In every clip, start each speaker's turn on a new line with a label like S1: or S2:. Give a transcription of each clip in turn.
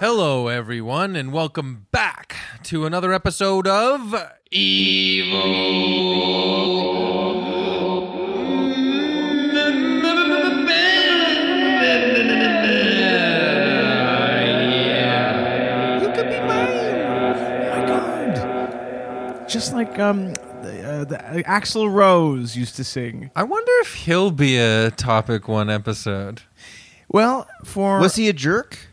S1: Hello, everyone, and welcome back to another episode of
S2: You could be mine. Oh my god! Just like um, the, uh, the uh, Axl Rose used to sing.
S1: I wonder if he'll be a topic one episode.
S2: Well, for
S3: Was he a jerk? Hmm.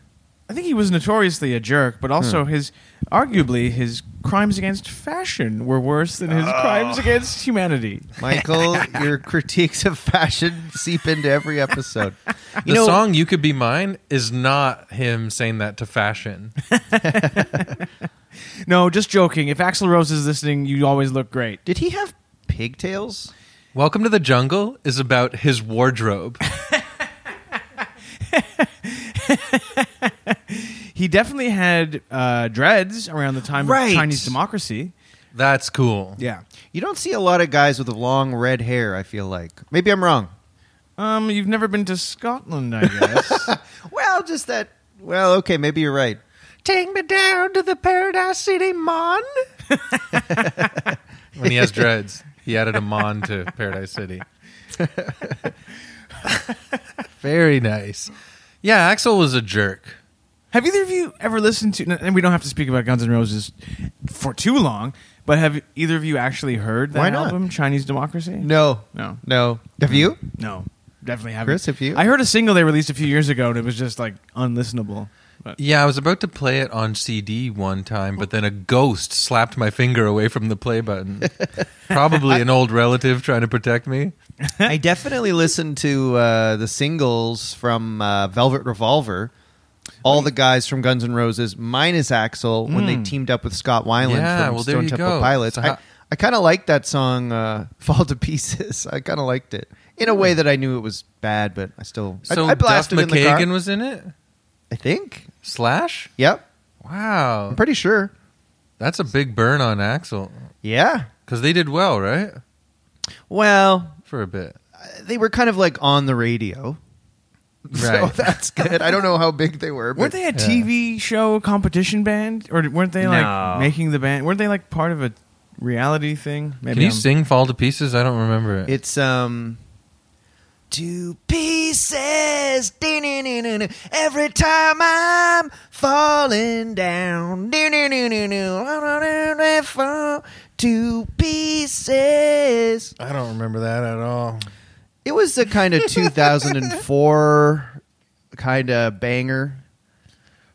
S2: I think he was notoriously a jerk, but also his arguably his crimes against fashion were worse than his
S3: Ah.
S2: crimes against humanity.
S3: Michael, your critiques of fashion seep into every episode.
S1: the song You Could Be Mine is not him saying that to fashion.
S2: No, just joking. If Axl Rose is listening, you always look great.
S3: Did he have pigtails?
S1: Welcome to the Jungle is about his wardrobe.
S2: He definitely had uh, dreads around the time
S3: Right.
S2: of Chinese democracy.
S1: That's cool.
S2: Yeah.
S3: You don't see a lot of guys with long red hair, I feel like. Maybe I'm wrong.
S2: Um, you've never been to Scotland, I guess.
S3: Well, just that. Well, okay, maybe you're right.
S1: Take me down to the Paradise City Mon. when he has dreads, he added a Mon to Paradise City. Very nice. Yeah, Axel was a jerk.
S2: Have either of you ever listened to? And we don't have to speak about Guns N' Roses for too long, but have either of you actually heard that
S3: Why not?
S2: album, Chinese Democracy?
S3: No.
S2: No.
S3: No. Have you?
S2: no, definitely haven't.
S3: Chris, have you?
S2: I heard a single they released a few years ago, and it was just like unlistenable. But
S1: Yeah, I was about to play it on CD one time, but then a ghost slapped my finger away from the play button. Probably an old relative trying to protect me.
S3: I definitely listened to uh, the singles from uh, Velvet Revolver. All the guys from Guns N' Roses, minus Axel, when they teamed up with Scott Weiland
S1: Hmm. Yeah,
S3: from
S1: well, there
S3: Stone
S1: you
S3: Temple
S1: go.
S3: Pilots.
S1: So
S3: I,
S1: how-
S3: I kind of liked that song, uh, "Fall to Pieces." I kind of liked it in a way that I knew it was bad, but I still I-
S1: So
S3: I, blasted
S1: Duff
S3: it in the car.
S1: McKagan was in it?
S3: I think.
S1: Slash?
S3: Yep,
S1: Wow.
S3: I'm pretty sure.
S1: That's a big burn on Axel.
S3: Yeah.
S1: Because they did well, right?
S3: Well,
S1: For a bit.
S3: uh, they were kind of like on the radio, so
S1: Right.
S3: that's good. I don't know how big they were.
S2: weren't
S3: But
S2: they a TV show competition band, or weren't they like
S1: No.
S2: making the band? Weren't they like part of a reality thing? Maybe
S1: Can you
S2: I'm-
S1: sing Fall to Pieces? I don't remember it.
S3: It's um two pieces dee-dee-dee-dee-dee, every time I'm falling down dee-dee-dee-dee-dee, fall two pieces.
S1: I don't remember that at all.
S3: It was a kind of 2004 kind of banger.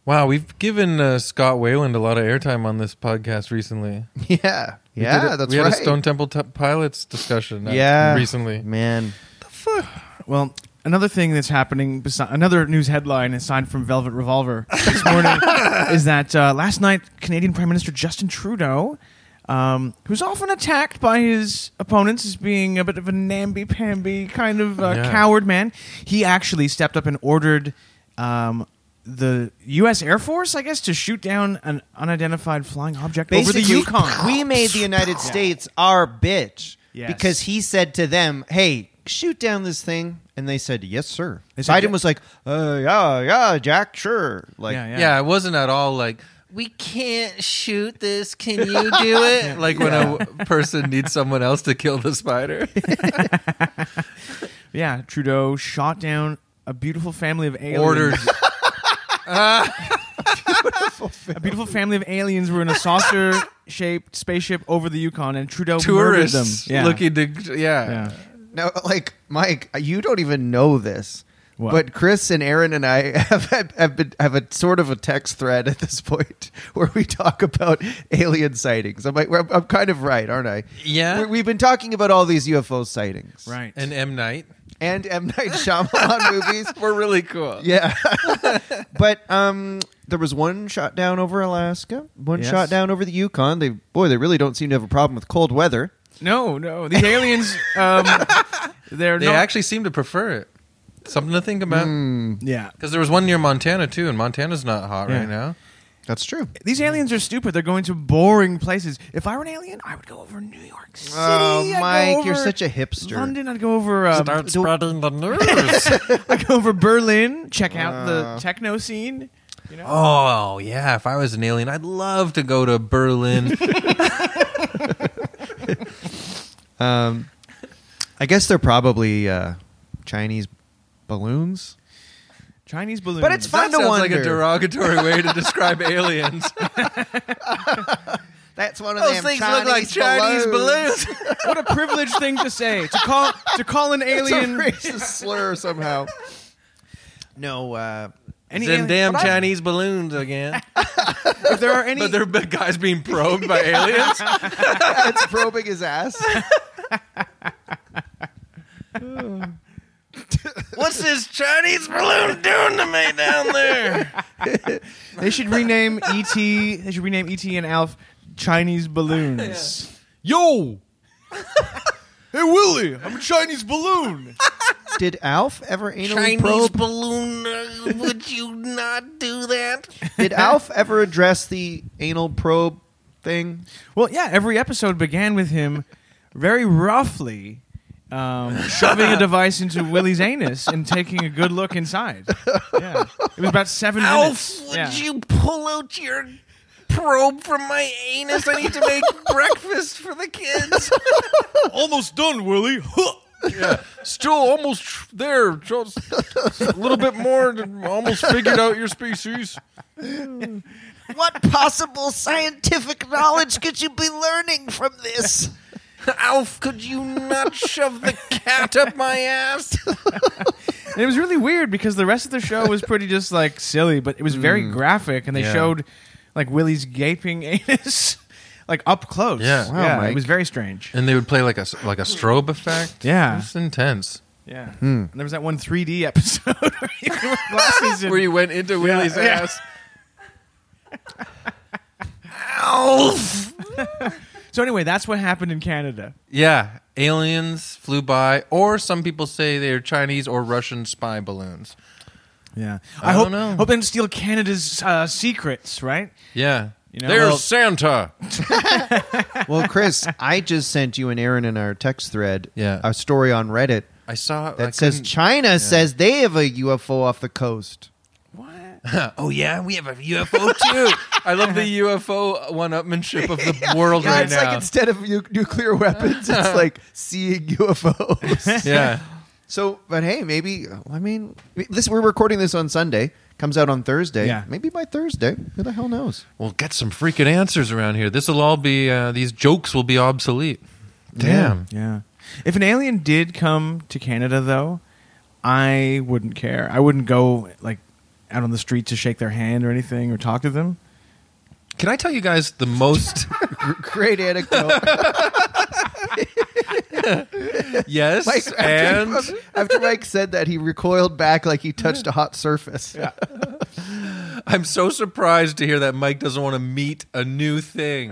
S1: Wow, we've given uh, Scott Wayland a lot of airtime on this podcast recently.
S3: Yeah.
S1: We did
S3: yeah,
S1: it-
S3: that's
S1: we
S3: right.
S1: had a Stone Temple T- Pilots discussion. uh,
S3: yeah.
S1: recently.
S3: Man.
S2: Well, another thing that's happening, besi- another news headline aside from Velvet Revolver this morning, is that uh, last night Canadian Prime Minister Justin Trudeau, um, who's often attacked by his opponents as being a bit of a namby-pamby kind of uh,
S1: Yeah.
S2: coward man, he actually stepped up and ordered um, the U.S. Air Force, I guess, to shoot down an unidentified flying object over the Yukon.
S3: We made the United States our bitch
S2: Yes.
S3: because he said to them, "Hey, shoot down this thing," and they said, "Yes, sir."
S2: They said,
S3: Biden
S2: "Yeah."
S3: was like, uh, "Yeah, yeah, Jack, sure." Like,
S2: Yeah,
S1: Yeah. it wasn't at all like we can't shoot this. Can you do it? Like when a w- person needs someone else to kill the spider.
S2: yeah, Trudeau shot down a beautiful family of aliens.
S1: Ordered.
S2: A beautiful family of aliens were in a saucer-shaped spaceship over the Yukon, and Trudeau
S1: tourists
S2: murdered them. Yeah.
S1: looking to yeah.
S2: Yeah.
S3: no, like Mike, you don't even know this.
S2: What?
S3: But Chris and Aaron and I have have, been, have a sort of a text thread at this point where we talk about alien sightings. I'm like, I'm, I'm kind of right, aren't I?
S1: Yeah.
S3: we, we've been talking about all these UFO sightings,
S2: right.
S1: and M Night.
S3: And M Night Shyamalan movies.
S1: We're really cool.
S3: Yeah. but um there was one shot down over Alaska, one
S2: Yes.
S3: shot down over the Yukon. They boy, they really don't seem to have a problem with cold weather.
S2: no, no, these aliens. Um, they're
S1: They
S2: not.
S1: actually seem to prefer it. Something to think about.
S2: yeah,
S1: Because there was one near Montana too, and Montana's not hot
S2: Yeah.
S1: right now.
S3: That's true.
S2: these aliens are stupid. They're going to boring places. If I were an alien, I would go over New York City.
S3: Oh,
S2: I'd go
S3: Mike, you're
S2: over
S3: such a hipster.
S2: London. I'd go over. Um,
S1: Start spreading the news.
S2: I'd go over Berlin. Check out the techno scene. You know?
S1: Oh yeah, if I was an alien, I'd love to go to Berlin.
S3: Um, I guess they're probably uh, Chinese balloons.
S2: Chinese balloons.
S3: But it's fun
S1: that
S3: to
S1: sounds like a
S3: wonder.
S1: derogatory way to describe aliens.
S3: That's one of
S1: Those things look like Chinese balloons.
S2: what a privileged thing to say to call to call an alien
S3: It's a racist slur somehow. No, uh,
S2: any
S1: Them
S2: alien-
S1: damn
S2: but I-
S1: Chinese balloons again.
S2: If there are any,
S1: but they're b- guys being probed by aliens.
S3: it's probing his ass.
S1: What's this Chinese balloon doing to me down there?
S2: they should rename ET. They should rename ET and Alf Chinese balloons.
S1: Yo,
S2: Hey Willie, I'm a Chinese balloon.
S3: Did Alf ever anally
S1: Chinese
S3: probe?
S1: balloon, uh, would you not do that?
S3: Did Alf ever address the anal probe thing?
S2: Well, yeah, every episode began with him very roughly um, shoving a device into Willie's anus and taking a good look inside. Yeah. It was about seven minutes. Yeah.
S1: pull out your probe from my anus? I need to make breakfast for the kids. almost done, Willie. yeah, still almost tr- there. Just a little bit more. and Almost figured out your species.
S3: What possible scientific knowledge could you be learning from this?
S1: Alf, could you not shove the cat up my ass?
S2: And it was really weird because the rest of the show was pretty just like silly, but it was very graphic and they
S1: Mm. Yeah.
S2: showed like Willie's gaping anus like up close.
S1: Yeah.
S3: Wow,
S2: it
S3: Mike.
S2: was very strange.
S1: And they would play like a like a strobe effect.
S2: Yeah.
S1: it's intense.
S2: Yeah. And there was that one 3D episode where you wore glasses and-
S1: Where you went into Willie's
S2: yeah.
S1: ass. Alf.
S2: So anyway, that's what happened in Canada.
S1: Yeah, aliens flew by, or some people say they're Chinese or Russian spy balloons.
S2: Yeah,
S1: I
S2: hope
S1: don't know.
S2: hope they don't steal Canada's uh, secrets, right?
S1: Yeah,
S2: You know,
S1: there's
S2: well-
S1: Santa.
S3: Well, Chris, I just sent you and Aaron in our text thread
S1: Yeah.
S3: a story on Reddit
S1: I saw it.
S3: that says China says they have a UFO off the coast.
S2: What?
S1: "Oh yeah, we have a UFO too." I love the UFO one-upmanship of the world
S3: Yeah,
S1: right
S3: it's
S1: now.
S3: like instead of u- nuclear weapons, it's like seeing UFOs.
S1: yeah,
S3: So, but hey, maybe I mean this. We're recording this on Sunday. Comes out on Thursday.
S2: Yeah.
S3: Maybe by Thursday. Who the hell knows?
S1: we'll get some freaking answers around here. This will all be uh, these jokes will be obsolete. Damn.
S2: Yeah. If an alien did come to Canada, though, I wouldn't care. I wouldn't go like out on the street to shake their hand or anything or talk to them.
S1: Can I tell you guys the most?
S3: Great anecdote.
S1: yes,
S3: Mike,
S1: and
S3: after, after Mike said that, he recoiled back like he touched a hot surface.
S1: I'm so surprised to hear that Mike doesn't want to meet a new thing.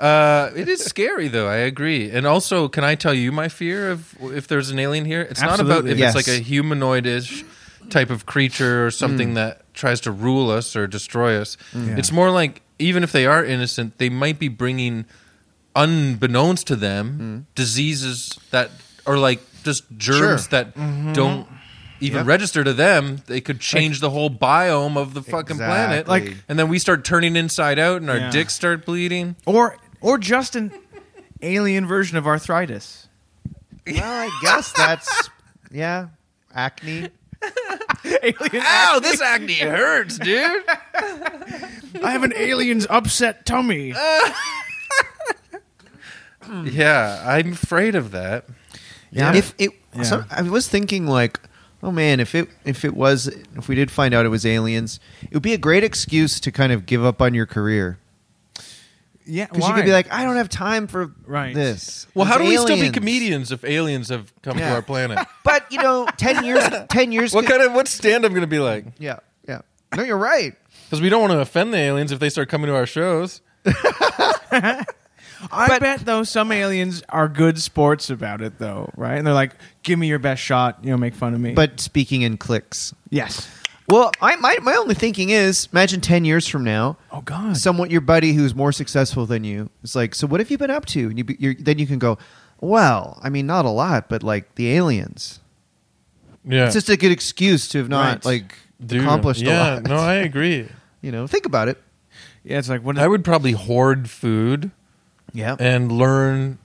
S1: uh, it is scary, though. I agree. And also, can I tell you my fear of if there's an alien here? It's not about
S2: Absolutely.
S1: if
S3: Yes. Mm.
S1: it's like a humanoidish type of creature or something that tries to rule us or destroy us.
S2: Yeah.
S1: It's more like even if they are innocent, they might be bringing, unbeknownst to
S3: Mm.
S1: them, diseases that are like just germs
S3: Sure.
S1: that don't even
S3: Yep.
S1: register to them, they could change the whole biome of the fucking planet.
S3: Exactly.
S1: Like, and then we start turning inside out, and our
S2: Yeah.
S1: dicks start bleeding.
S2: Or or just an alien version of arthritis.
S3: Well, I guess that's yeah, acne.
S2: Alien-
S1: Ow, this acne hurts, dude.
S2: I have an alien's upset tummy.
S1: yeah, I'm afraid of that.
S2: Yeah.
S3: If it,
S2: Yeah.
S3: so I was thinking like, oh man, if it if it was if we did find out it was aliens, it would be a great excuse to kind of give up on your career
S2: yeah,
S3: because you could be like, I don't have time for
S2: Right.
S3: this.
S1: Well,
S3: It's
S1: how do we still be
S3: aliens.
S1: comedians if aliens have come
S3: Yeah.
S1: to our planet?
S3: But you know, ten years, ten years.
S1: what
S3: could-
S1: kind of what stand I'm going to be like?
S3: Yeah, yeah. No, you're right.
S1: Because we don't want to offend the aliens if they start coming to our shows.
S2: I bet though some aliens are good sports about it though, right? And they're like, "Give me your best shot," you know, make fun of me.
S3: But speaking in clicks.
S2: yes,
S3: Well, I my my only thinking is, imagine ten years from now,
S2: oh god,
S3: someone your buddy who's more successful than you is like so what have you been up to and you be, you're, then you can go well i mean not a lot but like the aliens
S1: Yeah,
S3: it's just a good excuse to have not
S2: Right.
S3: like
S1: Dude,
S3: accomplished a
S1: yeah,
S3: lot.
S1: no, I agree.
S3: You know, think about it.
S2: Yeah, it's like what?
S1: I would probably hoard food
S3: Yeah.
S1: and learn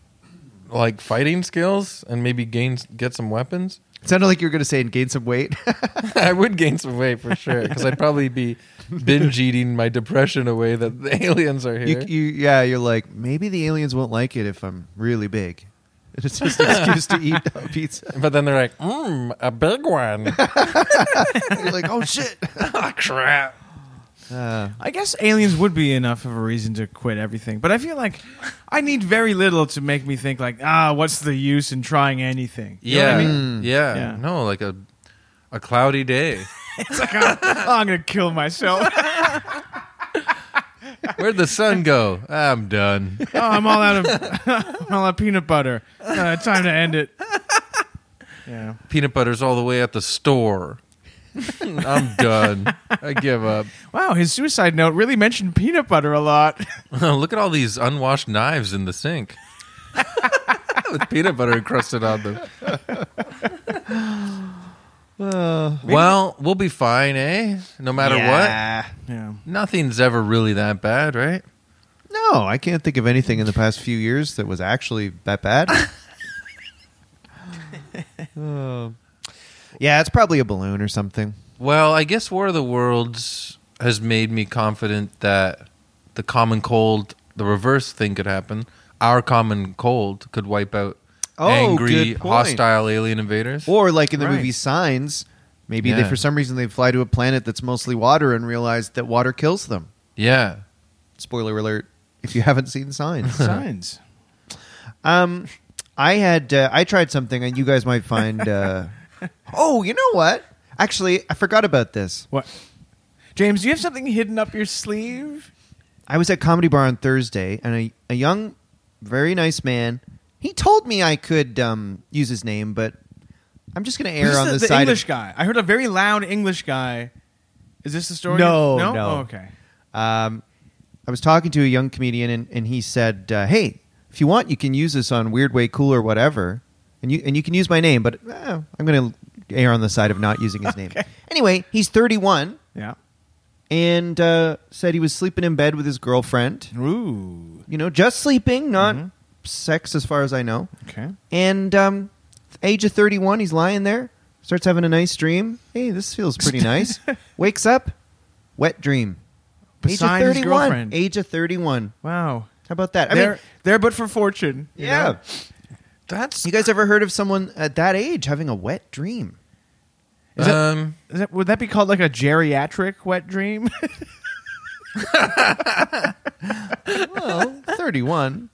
S1: like fighting skills and maybe gain get some weapons.
S3: It sounded like you were going to say and gain some weight.
S1: I would gain some weight for sure because I'd probably be binge eating my depression away that the aliens are
S3: you,
S1: here.
S3: you, yeah, you're like, maybe the aliens won't like it if I'm really big. It's just an excuse to eat uh, pizza.
S1: but then they're like, mm, a big one.
S3: You're like, oh shit.
S1: Ah, crap.
S3: Uh,
S2: I guess aliens would be enough of a reason to quit everything, but I feel like I need very little to make me think like, ah, what's the use in trying anything? You know
S1: Yeah,
S2: what I mean?
S1: yeah,
S2: Yeah.
S1: No, like a a cloudy day.
S2: It's like I'm, I'm gonna kill myself. oh,
S1: Where'd the sun go? I'm done.
S2: Oh, I'm all out of I'm all out of peanut butter. Uh, time to end it. Yeah.
S1: Peanut butter's all the way at the store. I'm done. I give up.
S2: Wow, his suicide note really mentioned peanut butter a lot.
S1: Look at all these unwashed knives in the sink with peanut butter encrusted on them. Uh, well, we'll be fine, eh? No matter
S2: yeah.
S1: what, nothing's ever really that bad, right?
S3: No, I can't think of anything in the past few years that was actually that bad. Oh. yeah, it's probably a balloon or something.
S1: Well, I guess War of the Worlds has made me confident that the common cold, the reverse thing could happen. Our common cold could wipe out
S3: Oh,
S1: angry,
S3: good point.
S1: hostile alien invaders.
S3: Or like in the
S2: Right.
S3: movie Signs, maybe they
S1: Yeah.
S3: for some reason they fly to a planet that's mostly water and realize that water kills them.
S1: yeah.
S3: Spoiler alert if you haven't seen Signs.
S2: Signs.
S3: um I had uh, I tried something and you guys might find uh Oh, you know what? Actually, I forgot about this.
S2: What? James, do you have something hidden up your sleeve?
S3: I was at Comedy Bar on Thursday, and a, a young, very nice man. He told me I could um, use his name, but I'm just going to err
S2: Who's
S3: on
S2: the,
S3: the,
S2: the
S3: side.
S2: English
S3: of,
S2: guy. I heard a very loud English guy. Is this the story?
S3: No,
S2: no.
S3: no.
S2: Oh, okay.
S3: um, I was talking to a young comedian, and, and he said, uh, "Hey, if you want, you can use this on Weird Way Cool or whatever, and you and you can use my name, but uh, I'm going to err on the side of not using his name." Anyway, he's 31
S2: Yeah.
S3: and uh, said he was sleeping in bed with his girlfriend.
S2: Ooh.
S3: You know, just sleeping, not
S2: Mm-hmm.
S3: sex, as far as I know.
S2: Okay.
S3: And um, age of 31, he's lying there, starts having a nice dream. Hey, this feels pretty nice. Wakes up, wet dream.
S2: Beside
S3: age
S2: his
S3: of 31.
S2: girlfriend.
S3: Age of 31.
S2: Wow.
S3: How about that? I
S2: there,
S3: mean,
S2: there, but for fortune. you
S3: yeah.
S2: know?
S1: That's
S3: You guys ever heard of someone at that age having a wet dream?
S2: Is that-
S1: um
S2: Is that, would that be called like a geriatric wet dream?
S3: Well, 31.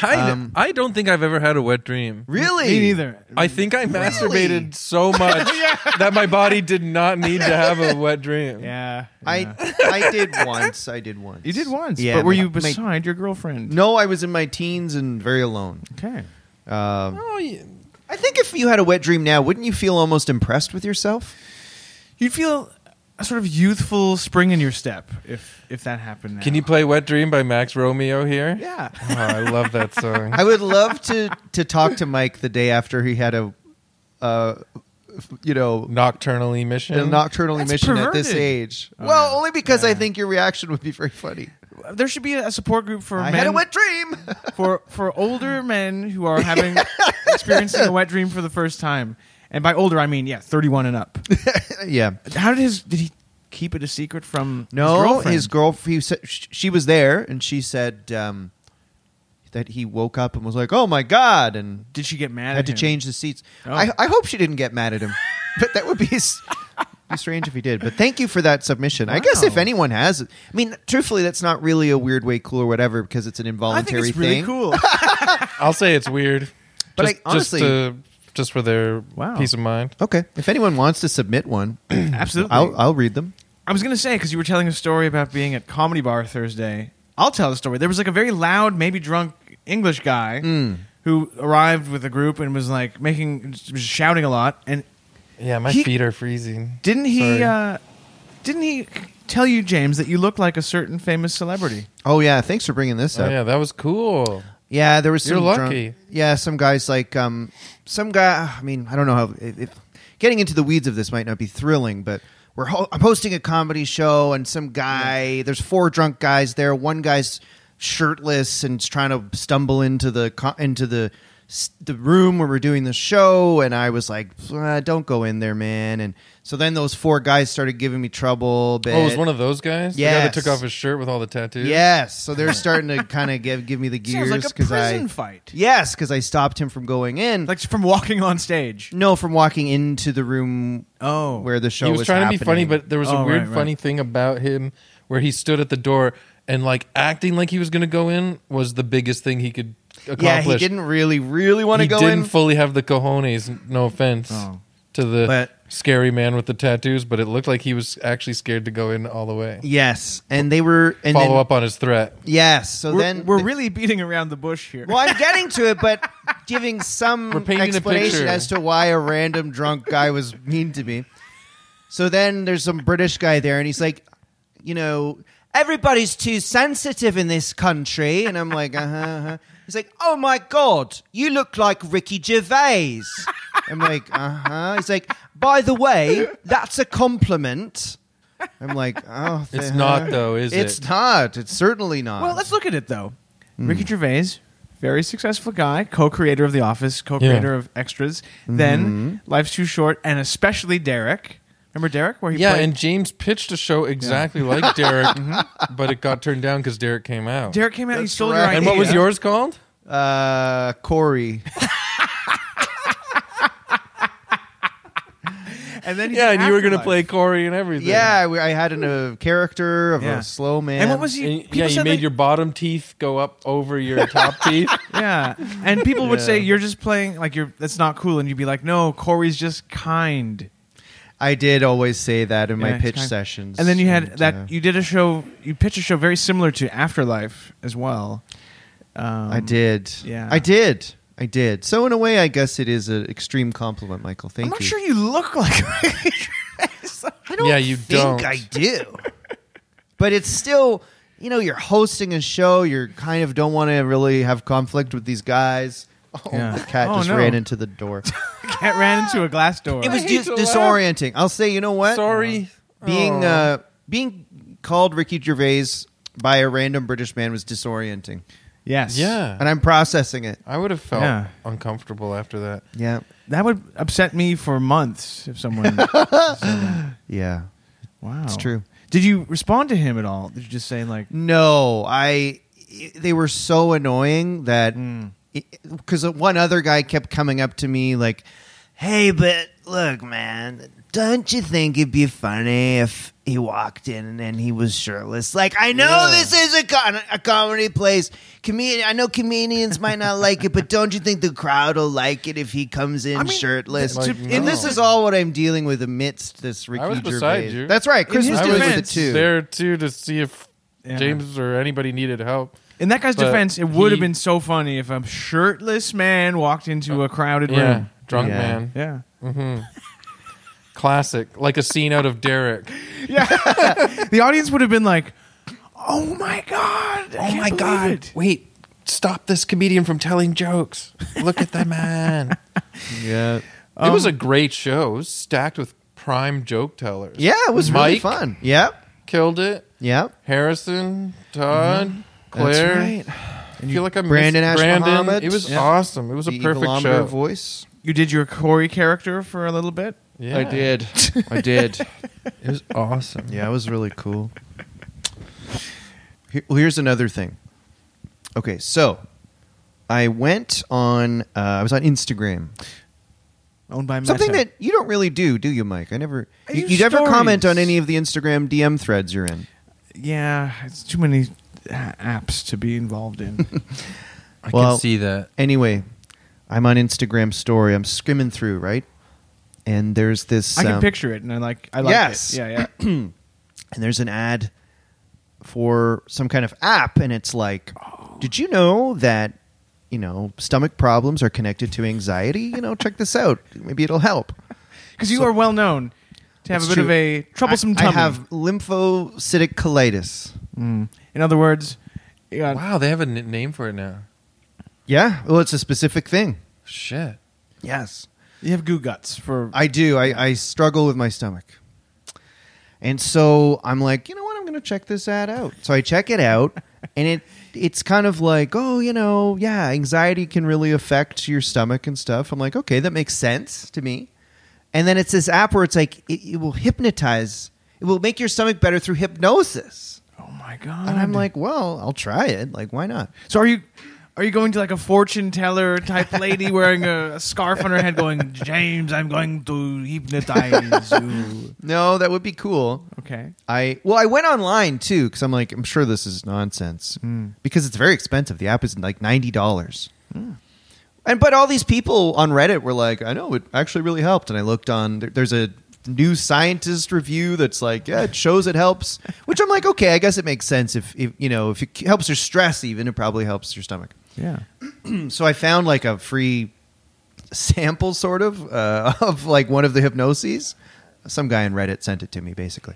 S1: I
S3: Um,
S1: I don't think I've ever had a wet dream.
S3: Really?
S2: Me neither.
S1: I think I masturbated so much that my body did not need to have a wet dream.
S2: Yeah. yeah.
S3: I, I did once. I did once.
S2: you did once,
S3: Yeah,
S2: but were
S3: my-
S2: you
S3: my-
S2: beside your girlfriend?
S3: No, I was in my teens and very alone.
S2: Okay.
S3: Um,
S1: Oh, yeah.
S3: I think if you had a wet dream now, wouldn't you feel almost impressed with yourself?
S2: You'd feel a sort of youthful spring in your step if if that happened. Now.
S1: Can you play Wet Dream by Max Romeo here?
S2: Yeah.
S1: Oh, I love that song.
S3: I would love to to talk to Mike the day after he had a, uh, you know,
S1: Nocturnal
S3: a
S1: emission.
S3: nocturnal
S2: That's
S3: emission at this
S2: perverted.
S3: age.
S2: Oh,
S3: well,
S2: yeah.
S3: only because I
S2: Yeah.
S3: think your reaction would be very funny.
S2: There should be a support group for
S3: I
S2: men
S3: had a wet dream.
S2: for for older men who are having experiencing a wet dream for the first time. And by older, I mean yeah, thirty-one and up.
S3: yeah.
S2: How did his did he keep it a secret from his
S3: No,
S2: girlfriend?
S3: his girlfriend. He said, sh- she was there, and she said um, that he woke up and was like, "Oh my god!" and
S2: did she get mad?
S3: had
S2: at
S3: to
S2: him?
S3: change the seats.
S2: Oh.
S3: I, I hope she didn't get mad at him, but that would be, s- be strange if he did. But thank you for that submission. I guess if
S2: Wow.
S3: anyone has, I mean, truthfully, that's not really a weird way cool or whatever because it's an
S2: I think
S3: involuntary
S2: it's really
S3: thing.
S2: cool.
S1: I'll say it's weird.
S3: But
S1: just,
S3: I- honestly-
S1: just, to, just for their
S2: Wow.
S1: peace of mind.
S3: Okay, if anyone wants to submit one,
S2: Absolutely.
S3: I'll, I'll read them.
S2: I was going to say because you were telling a story about being at comedy bar Thursday. I'll tell the story. There was like a very loud, maybe drunk English guy
S3: Hmm.
S2: who arrived with a group and was like making, was shouting a lot. And
S1: Yeah, my
S2: He-
S1: feet are freezing.
S2: didn't he?
S1: Sorry.
S2: Uh, didn't he tell you, James, that you look like a certain famous celebrity?
S3: Oh yeah, thanks for bringing this
S1: Oh,
S3: up.
S1: yeah, that was cool.
S3: Yeah, there was some
S1: You're
S3: drunk-
S1: lucky.
S3: yeah, some guys like um, some guy. I mean, I don't know how. If, if- getting into the weeds of this might not be thrilling, but we're ho- I'm hosting a comedy show, and some guy, there's four drunk guys there. One guy's shirtless and is trying to stumble into the co- into the s- the room where we're doing the show, and I was like, "Ah, "Don't go in there, man." And so then those four guys started giving me trouble. But
S1: Oh, it was one of those guys? The guy that
S3: Yes.
S1: took off his shirt with all the tattoos?
S3: Yes, so they're starting to kind of give give me the
S2: Sounds
S3: gears
S2: like a
S3: because
S2: prison
S3: I
S2: fight.
S3: yes because I stopped him from going in.
S2: Like from walking on stage.
S3: no, from walking into the room
S2: Oh.
S3: where the show
S1: He was, trying to be funny,
S3: happening.
S1: but there was
S2: Oh,
S1: a weird
S2: right, right.
S1: funny thing about him where he stood at the door and like acting like he was going to go in was the biggest thing he could accomplish.
S3: yeah, he didn't really really want to
S1: He
S3: go
S1: didn't
S3: in.
S1: fully have the cojones. No offense
S2: Oh.
S1: to the
S3: But-
S1: scary man with the tattoos, but it looked like he was actually scared to go in all the way.
S3: yes, and they were and
S1: Follow
S3: then,
S1: up on his threat.
S3: Yes, so
S2: we're,
S3: then
S2: we're
S3: the-
S2: really beating around the bush here.
S3: well, I'm getting to it, but giving some
S1: We're painting a
S3: explanation
S1: picture.
S3: as to why a random drunk guy was mean to me. So then there's some British guy there, and he's like, you know, everybody's too sensitive in this country. And I'm like, uh huh. uh-huh." He's like, oh my God, you look like Ricky Gervais. I'm like, uh huh. He's like, by the way, that's a compliment. I'm like, oh,
S1: It's
S3: uh-huh."
S1: not, though, is it?
S3: It's not. It's certainly not.
S2: Well, let's look at it though. Ricky Gervais, very successful guy, co-creator of The Office, co-creator
S1: Yeah.
S2: of Extras. Then Life's Too Short, and especially Derek. Remember Derek, where he
S1: Yeah,
S2: played
S1: and James pitched a show exactly like Derek, but it got turned down because Derek came out.
S2: Derek came out and he
S3: That's
S2: stole your
S3: right.
S2: idea.
S1: and what was yours called?
S3: Uh, Corey.
S2: And then he
S1: Yeah,
S2: did
S1: and you were going to
S2: Afterlife.
S1: play Corey and everything.
S3: Yeah, we- I had an, a character of
S2: Yeah.
S3: a slow man.
S2: And what was he?
S1: And,
S2: people
S1: yeah, you
S2: said
S1: made
S2: they-
S1: your bottom teeth go up over your top teeth.
S2: yeah. And people would
S1: Yeah.
S2: say you're just playing like you're. That's not cool. And you'd be like, no, Corey's just kind.
S3: I did always say that in
S2: Yeah,
S3: my
S2: it's
S3: pitch
S2: kind of-
S3: sessions.
S2: And then you had
S3: and,
S2: that.
S3: uh,
S2: you did a show. You pitched a show very similar to Afterlife as well. Um,
S3: I did.
S2: yeah.
S3: I did. I did. So in a way, I guess it is an extreme compliment, Michael. Thank
S2: I'm not
S3: you.
S2: sure you look like Ricky Gervais.
S3: I don't
S1: Yeah, you
S3: think
S1: don't.
S3: I do. but it's still, you know, you're hosting a show. You're kind of don't want to really have conflict with these guys. Oh,
S2: Yeah.
S3: the cat
S2: Oh,
S3: just
S2: no.
S3: ran into the door.
S2: cat ran into a Oh. glass door.
S3: it was
S1: hate
S3: dis-
S1: to laugh.
S3: disorienting. I'll say, you know what?
S1: Sorry.
S3: being
S1: Aw.
S3: uh, being called Ricky Gervais by a random British man was disorienting,
S2: yes.
S1: Yeah.
S3: and I'm processing it.
S1: I would have felt
S2: Yeah.
S1: uncomfortable after that.
S3: Yeah,
S2: That would upset me for months if someone. said that.
S3: yeah.
S2: wow,
S3: It's true.
S2: Did you respond to him at all? Did you just say like,
S3: No, I. They were so annoying that
S1: Hmm.
S3: because one other guy kept coming up to me like, "Hey, but look, man, don't you think it'd be funny if he walked in and he was shirtless? Like, I know this is a, con- a comedy place. Comedian, I know comedians might not like it, but don't you think the crowd will like it if he comes in
S2: I mean,
S3: shirtless?
S1: th-
S2: to-
S3: and this
S1: no.
S3: is all what I'm dealing with amidst this Ricky
S1: was
S3: Gervais.
S1: beside you.
S3: That's right. Chris
S2: his
S3: was
S1: I
S3: dealing
S2: defense,
S3: with it too.
S1: there too to see if
S2: Yeah.
S1: James or anybody needed help.
S2: in that guy's
S1: But
S2: defense, it would have
S1: he-
S2: been so funny if a shirtless man walked into a crowded
S1: Uh, Yeah,
S2: room.
S1: drunk
S3: Yeah.
S1: man,
S2: Yeah,
S1: classic, like a scene out of Derek.
S2: yeah. the audience would have been like, "Oh my Oh god! I can't believe it."
S1: Wait, stop this comedian from telling jokes. Look at the man.
S3: Yeah.
S1: it was a great show. It was stacked with prime joke tellers.
S3: Yeah, it was really
S1: Mike
S3: fun. Yep.
S1: Killed it.
S3: Yep.
S1: Harrison, Todd, Claire.
S3: Mm-hmm. That's right.
S1: I feel like I missed
S3: Brandon Ash
S1: Brandon.
S3: Mohammed.
S1: It was
S3: Yeah.
S1: awesome. It was a
S3: The
S1: perfect
S3: Evilometer
S1: show.
S3: voice.
S2: You did your Corey character for a little bit.
S1: Yeah.
S3: I did.
S1: It was awesome.
S3: yeah, it was really cool. Here, well, here's another thing. Okay, so I went on. Uh, I was on Instagram.
S2: Owned by Meta.
S3: Something that you don't really do, do you, Mike? I never.
S2: I
S3: You,
S2: do
S3: you never comment
S2: stories.
S3: on any of the Instagram DM threads you're in.
S2: yeah, it's too many uh, apps to be involved in.
S1: I
S3: Well-
S1: can see that.
S3: Anyway, I'm on Instagram story. I'm skimming through, right? And there's this.
S2: I can
S3: um,
S2: picture it, and I like. I like
S3: Yes.
S2: it. Yeah, yeah.
S3: and there's an ad for some kind of app and it's like did you know that you know stomach problems are connected to anxiety you know check this out maybe it'll help
S2: Because you
S3: So-
S2: are well known to have a
S3: It's
S2: bit
S3: true.
S2: of a troublesome
S3: I, I
S2: tummy.
S3: have lymphocytic colitis
S2: Mm. In other words, you got
S1: Wow, they have a n- name for it now.
S3: yeah well it's a specific thing
S1: Shit.
S3: yes
S2: You have goo guts for.
S3: I do. I, I struggle with my stomach. And so I'm like, you know what? I'm going to check this ad out. So I check it out, and it it's kind of like, oh, you know, yeah, anxiety can really affect your stomach and stuff. I'm like, okay, that makes sense to me. And then it's this app where it's like, it, it will hypnotize, it will make your stomach better through hypnosis.
S2: oh my god!
S3: And I'm like, well, I'll try it. Like, why not?
S2: so are you? Are you going to like a fortune teller type lady wearing a, a scarf on her head, going, "James, I'm going to hypnotize you"?
S3: No, that would be cool.
S2: Okay.
S3: I well, I went online too because I'm like, I'm sure this is nonsense because it's very expensive. The app is like ninety dollars, and but all these people on Reddit were like, I know it actually really helped, and I looked on. There, there's a new scientist review that's like, yeah, it shows it helps, which I'm like, okay, I guess it makes sense if, if you know if it c- helps your stress, even it probably helps your stomach.
S2: Yeah.
S3: So I found like a free sample, sort of, uh, of like one of the hypnoses. Some guy on Reddit sent it to me, basically.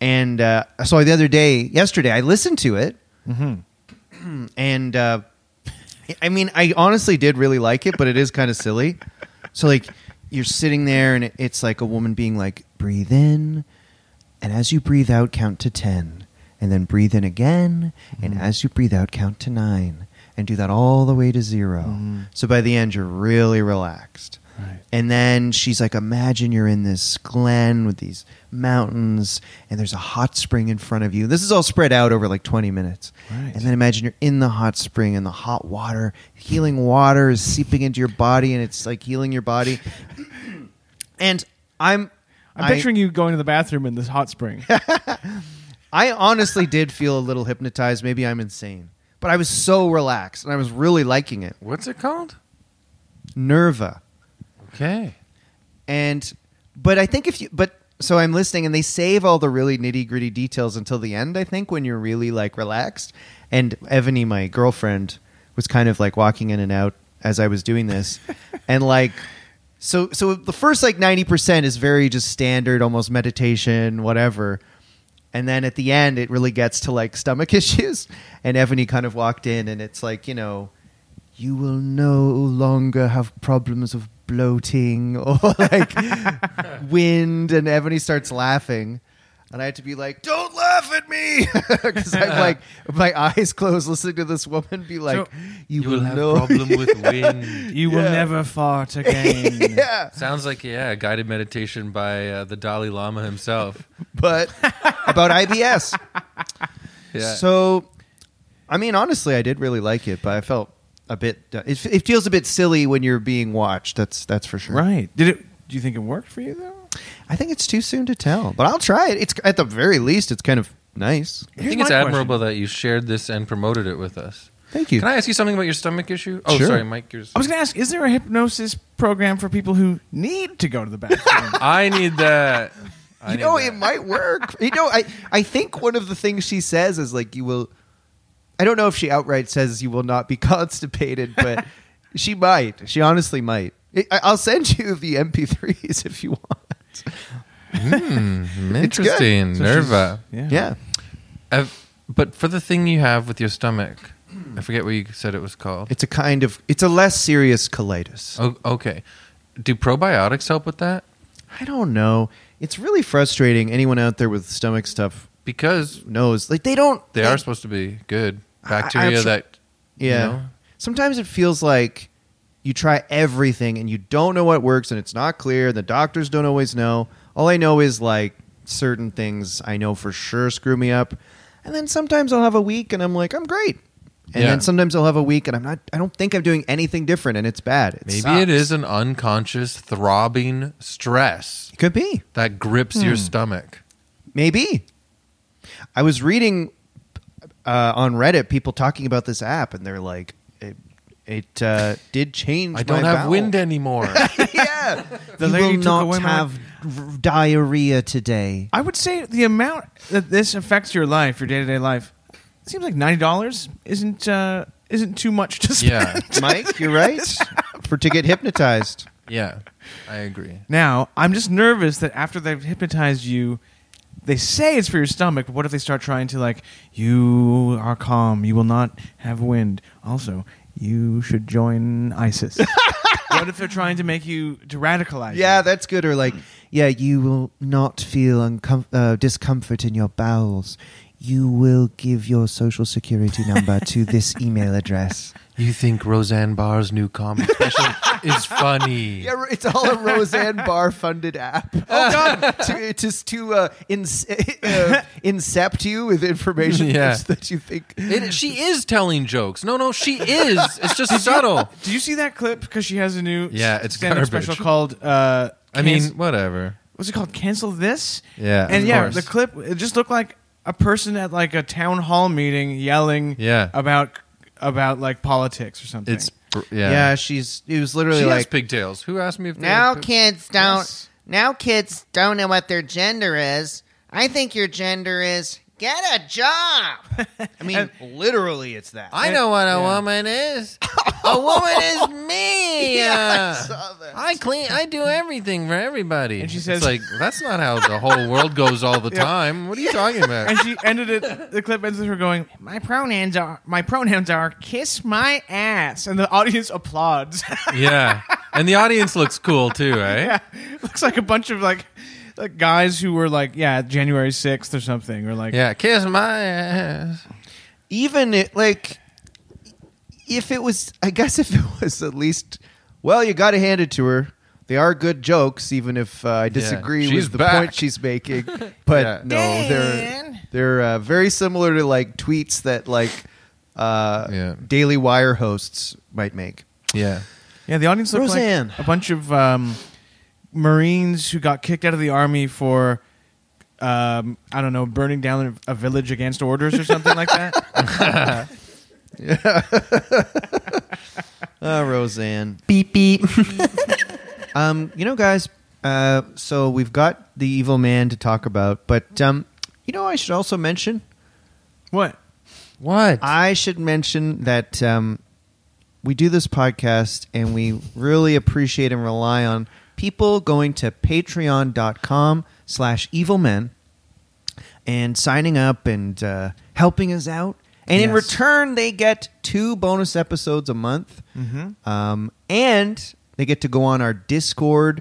S3: And uh, so the other day, yesterday, I listened to it, and uh, I mean, I honestly did really like it, but it is kind of silly. So like, you're sitting there, and it- it's like a woman being like, "Breathe in." And as you breathe out, count to 10. And then breathe in again. And as you breathe out, count to nine. And do that all the way to 0 So by the end, you're really relaxed.
S2: Right.
S3: And then she's like, Imagine you're in this glen with these mountains, and there's a hot spring in front of you. This is all spread out over like 20 minutes.
S2: Right.
S3: And then imagine you're in the hot spring, and the hot water, healing water is seeping into your body, and it's like healing your body. and I'm.
S2: I'm
S3: I-
S2: picturing you going to the bathroom in this hot spring.
S3: I honestly did feel a little hypnotized. Maybe I'm insane, but I was so relaxed and I was really liking it.
S4: What's it called?
S3: Nerva,
S4: Okay.
S3: and but I think if you but so I'm listening and they save all the really nitty gritty details until the end. I think when you're really like relaxed, and Ebony, my girlfriend, was kind of like walking in and out as I was doing this, and like. So, so the first like ninety percent is very just standard, almost meditation, whatever. And then at the end, it really gets to like stomach issues. And Ebony kind of walked in, and it's like, you know, you will no longer have problems of bloating or like wind. And Ebony starts laughing. And I had to be like, don't laugh at me. Because I'm like, my eyes closed listening to this woman be like,
S2: So-
S3: you,
S1: You
S3: will
S1: will have
S3: no.
S1: problem with wind.
S2: You will
S3: Yeah.
S2: never fart again.
S3: yeah.
S1: Sounds like yeah, a guided meditation by uh, the Dalai Lama himself.
S3: But about IBS.
S1: Yeah.
S3: So, I mean, honestly, I did really like it, but I felt a bit. It, it feels a bit silly when you're being watched. That's that's for sure.
S2: Right. Did it? Do you think it worked for you though?
S3: I think it's too soon to tell, but I'll try it. It's at the very least, it's kind of nice.
S1: I
S2: Here's
S1: think it's
S2: my question.
S1: admirable that you shared this and promoted it with us.
S3: Thank you.
S1: Can I ask you something about your stomach issue? Oh,
S3: Sure.
S1: sorry, Mike. Yours.
S2: I was going to ask: Is there a hypnosis program for people who need to go to the bathroom?
S1: I need that. I
S3: you
S1: need
S3: know,
S1: that.
S3: it might work. you know, I I think one of the things she says is like you will. I don't know if she outright says you will not be constipated, but she might. She honestly might. I, I'll send you the MP3s if you want. good.
S1: Interesting,
S2: So
S1: Nerva.
S2: she's- Yeah.
S3: Yeah.
S1: I've- But for the thing you have with your stomach, I forget what you said it was called.
S3: It's a kind of it's a less serious colitis.
S1: Oh, okay. Do probiotics help with that?
S3: I don't know. It's really frustrating. Anyone out there with stomach stuff
S1: Because
S3: knows like they don't
S1: they are supposed to be good
S3: I'm
S1: bacteria
S3: sure-
S1: that
S3: Yeah.
S1: you know?
S3: Sometimes it feels like you try everything and you don't know what works and it's not clear. The doctors don't always know. All I know is like certain things I know for sure screw me up. And then sometimes I'll have a week and I'm like, I'm great. And
S1: Yeah.
S3: then sometimes I'll have a week and I'm not I don't think I'm doing anything different and it's bad. It
S1: maybe
S3: sucks.
S1: it is an unconscious throbbing stress
S3: Could be.
S1: that grips
S3: Hmm.
S1: your stomach.
S3: Maybe. I was reading uh, on Reddit people talking about this app, and they're like, it, it uh, did change.
S1: I don't
S3: my
S1: have
S3: bowel.
S1: wind anymore.
S3: yeah,
S2: The
S3: You
S2: lady
S3: will
S2: took
S3: not
S2: away my-
S3: have r- diarrhea today.
S2: I would say the amount that this affects your life, your day to day life, it seems like ninety dollars isn't uh, isn't too much to spend.
S1: yeah,
S3: Mike, you're right. For to get hypnotized,
S1: yeah, I agree.
S2: Now I'm just nervous that after they've hypnotized you. They say it's for your stomach, but what if they start trying to like, you are calm, you will not have wind. Also, you should join ISIS. what if they're trying to make you to radicalize? you?
S3: Yeah, that's good. Or like, yeah, you will not feel uncom- uh, discomfort in your bowels. You will give your social security number to this email address.
S1: You think Roseanne Barr's new comedy special is funny?
S3: Yeah, it's all a Roseanne Barr funded app. Oh God, to, just to uh, ins- uh, incept you with information
S1: Yeah.
S3: that you think.
S1: It- she is telling jokes. No, no, she is. It's just subtle.
S2: Did you see that clip? Because she has a new
S1: Yeah, it's
S2: stand-up
S1: garbage.
S2: special called. Uh,
S1: I mean,
S2: Canc-
S1: whatever.
S2: what's it called? Cancel this.
S1: Yeah,
S2: and
S1: of
S2: yeah,
S1: course.
S2: the clip it just looked like a person at like a town hall meeting yelling.
S1: Yeah.
S2: about about like politics or something.
S1: It's br- yeah.
S3: Yeah. she's. It was literally
S1: she has
S3: like
S1: pigtails. Who asked me if they
S5: Now
S1: had pig-
S5: kids don't.
S2: Yes.
S5: Now kids don't know what their gender is. I think your gender is get a job.
S3: I mean, literally, it's that.
S1: I know what a woman is. a woman is me.
S3: saw that.
S1: I clean. I do everything for everybody.
S2: And she
S1: It's
S2: says-
S1: "Like that's not how the whole world goes all the time. What are you talking about?"
S2: and she ended it. The clip ends with her going, "My pronouns are my pronouns are kiss my ass," and the audience applauds.
S1: yeah, and the audience looks cool too, right?
S2: yeah, looks like a bunch of like like guys who were like, yeah, January sixth or something, or like,
S1: Yeah, kiss my ass.
S3: even it like if it was i guess if it was at least well you gotta hand it to her they are good jokes even if uh, i disagree
S1: she's
S3: with the
S1: back.
S3: point she's making but
S1: Yeah.
S3: no they're they're uh, very similar to like tweets that like uh,
S1: Yeah.
S3: daily wire hosts might make
S1: Yeah,
S2: yeah, the audience looked
S3: Roseanne.
S2: like a bunch of um, Marines who got kicked out of the army for. Um, I don't know, burning down a village against orders or something like that.
S3: Uh, Roseanne. Beep beep. um, you know, guys. Uh, so we've got the evil man to talk about, but um, you know, I should also mention
S2: What?
S1: what?
S3: I should mention that um, we do this podcast and we really appreciate and rely on people going to patreon.com slash evilmen and signing up and uh, helping us out. And in
S2: Yes.
S3: return, they get two bonus episodes a month. Um, and they get to go on our Discord,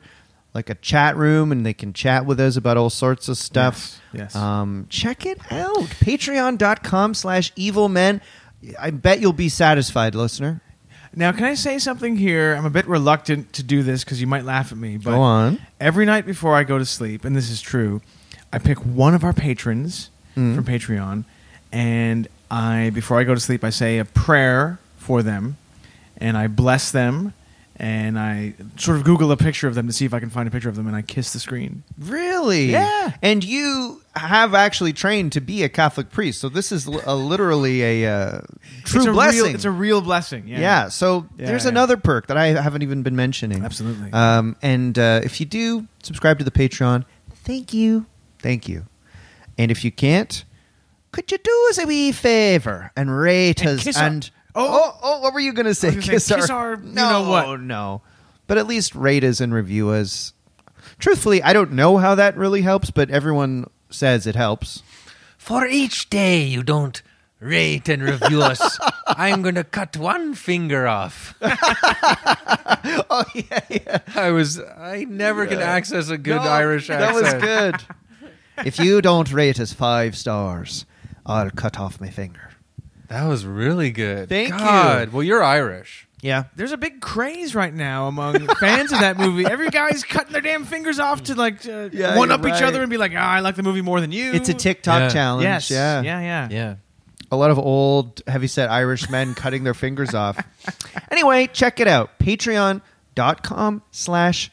S3: like a chat room, and they can chat with us about all sorts of stuff.
S2: Yes, yes.
S3: Um, check it out. Patreon.com slash evil men. I bet you'll be satisfied, listener.
S2: Now, can I say something here? I'm a bit reluctant to do this because you might laugh at me. But
S3: Go on.
S2: Every night before I go to sleep, and this is true, I pick one of our patrons
S3: Mm-hmm.
S2: from Patreon, and I before I go to sleep, I say a prayer for them, and I bless them, and I sort of Google a picture of them to see if I can find a picture of them, and I kiss the screen.
S3: Really?
S2: Yeah.
S3: And you have actually trained to be a Catholic priest, so this is li- a, literally a uh, true
S2: it's a
S3: blessing.
S2: Real, it's a real blessing. Yeah.
S3: yeah. So
S2: Yeah,
S3: there's
S2: yeah.
S3: another perk that I haven't even been mentioning.
S2: Absolutely.
S3: Um, and uh, if you do subscribe to the Patreon, thank you, thank you. And if you can't, could you do us a wee favor and rate
S2: And
S3: us
S2: kiss
S3: and
S2: our-
S3: oh, oh what were you gonna say?
S2: I was gonna say, kiss our- you know what.
S3: no. But at least rate us and review us. Truthfully, I don't know how that really helps, but everyone says it helps.
S1: For each day you don't rate and review us, I'm going to cut one finger off.
S3: Oh yeah, yeah.
S1: I was I never could access a good
S3: No,
S1: Irish
S3: Oh, That
S1: accent.
S3: was good. if you don't rate us five stars, I'll cut off my finger.
S1: That was really good.
S3: Thank you.
S1: God. Well, you're Irish.
S3: Yeah.
S2: There's a big craze right now among fans of that movie. Every guy's cutting their damn fingers off to like uh,
S3: Yeah,
S2: one up
S3: you're
S2: each
S3: right.
S2: other and be like, "Ah, I like the movie more than you."
S3: It's a TikTok
S1: Yeah.
S3: challenge.
S2: Yes.
S3: Yeah.
S2: Yeah. Yeah.
S1: Yeah.
S3: A lot of old heavyset Irish men cutting their fingers off. Anyway, check it out. Patreon.com slash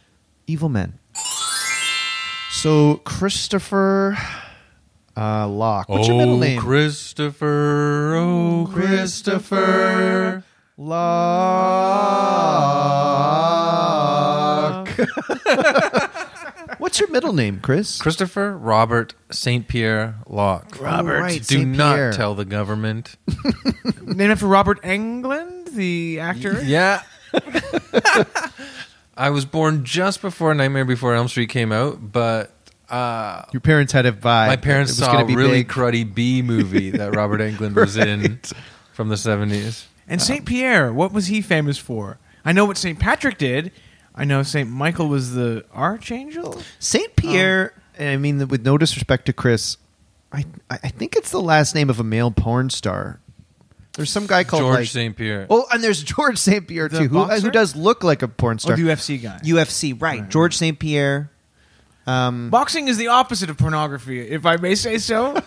S3: evil men. So Christopher uh Locke. What's your
S1: Oh,
S3: middle name?
S1: Christopher. Oh, Christopher.
S3: Locke. What's your middle name, Chris?
S1: Christopher Robert St. Pierre Locke.
S3: Robert. Right,
S1: Do
S3: St.
S1: not
S3: Pierre.
S1: tell the government.
S2: Named after Robert Englund, the actor.
S1: Yeah. I was born just before Nightmare Before Elm Street came out, but uh,
S3: Your parents had a vibe.
S1: my parents
S3: It was
S1: saw
S3: gonna
S1: a
S3: be
S1: really
S3: big.
S1: cruddy B movie that Robert Englund was in from the 70s.
S2: And Saint Pierre, what was he famous for? I know what St. Patrick did. I know St. Michael was the archangel.
S3: Saint Pierre. and I mean, with no disrespect to Chris, I I I think it's the last name of a male porn star. There's some guy called
S1: George
S3: like-
S1: St. Pierre.
S3: Oh, and there's George St. Pierre
S2: The
S3: too, who,
S2: boxer?
S3: who does look like a
S1: Oh,
S3: porn
S2: Or
S3: star.
S2: the UFC guy.
S3: UFC, right? George St. Pierre. Um,
S2: Mm. Boxing is the opposite of pornography, if I may say so.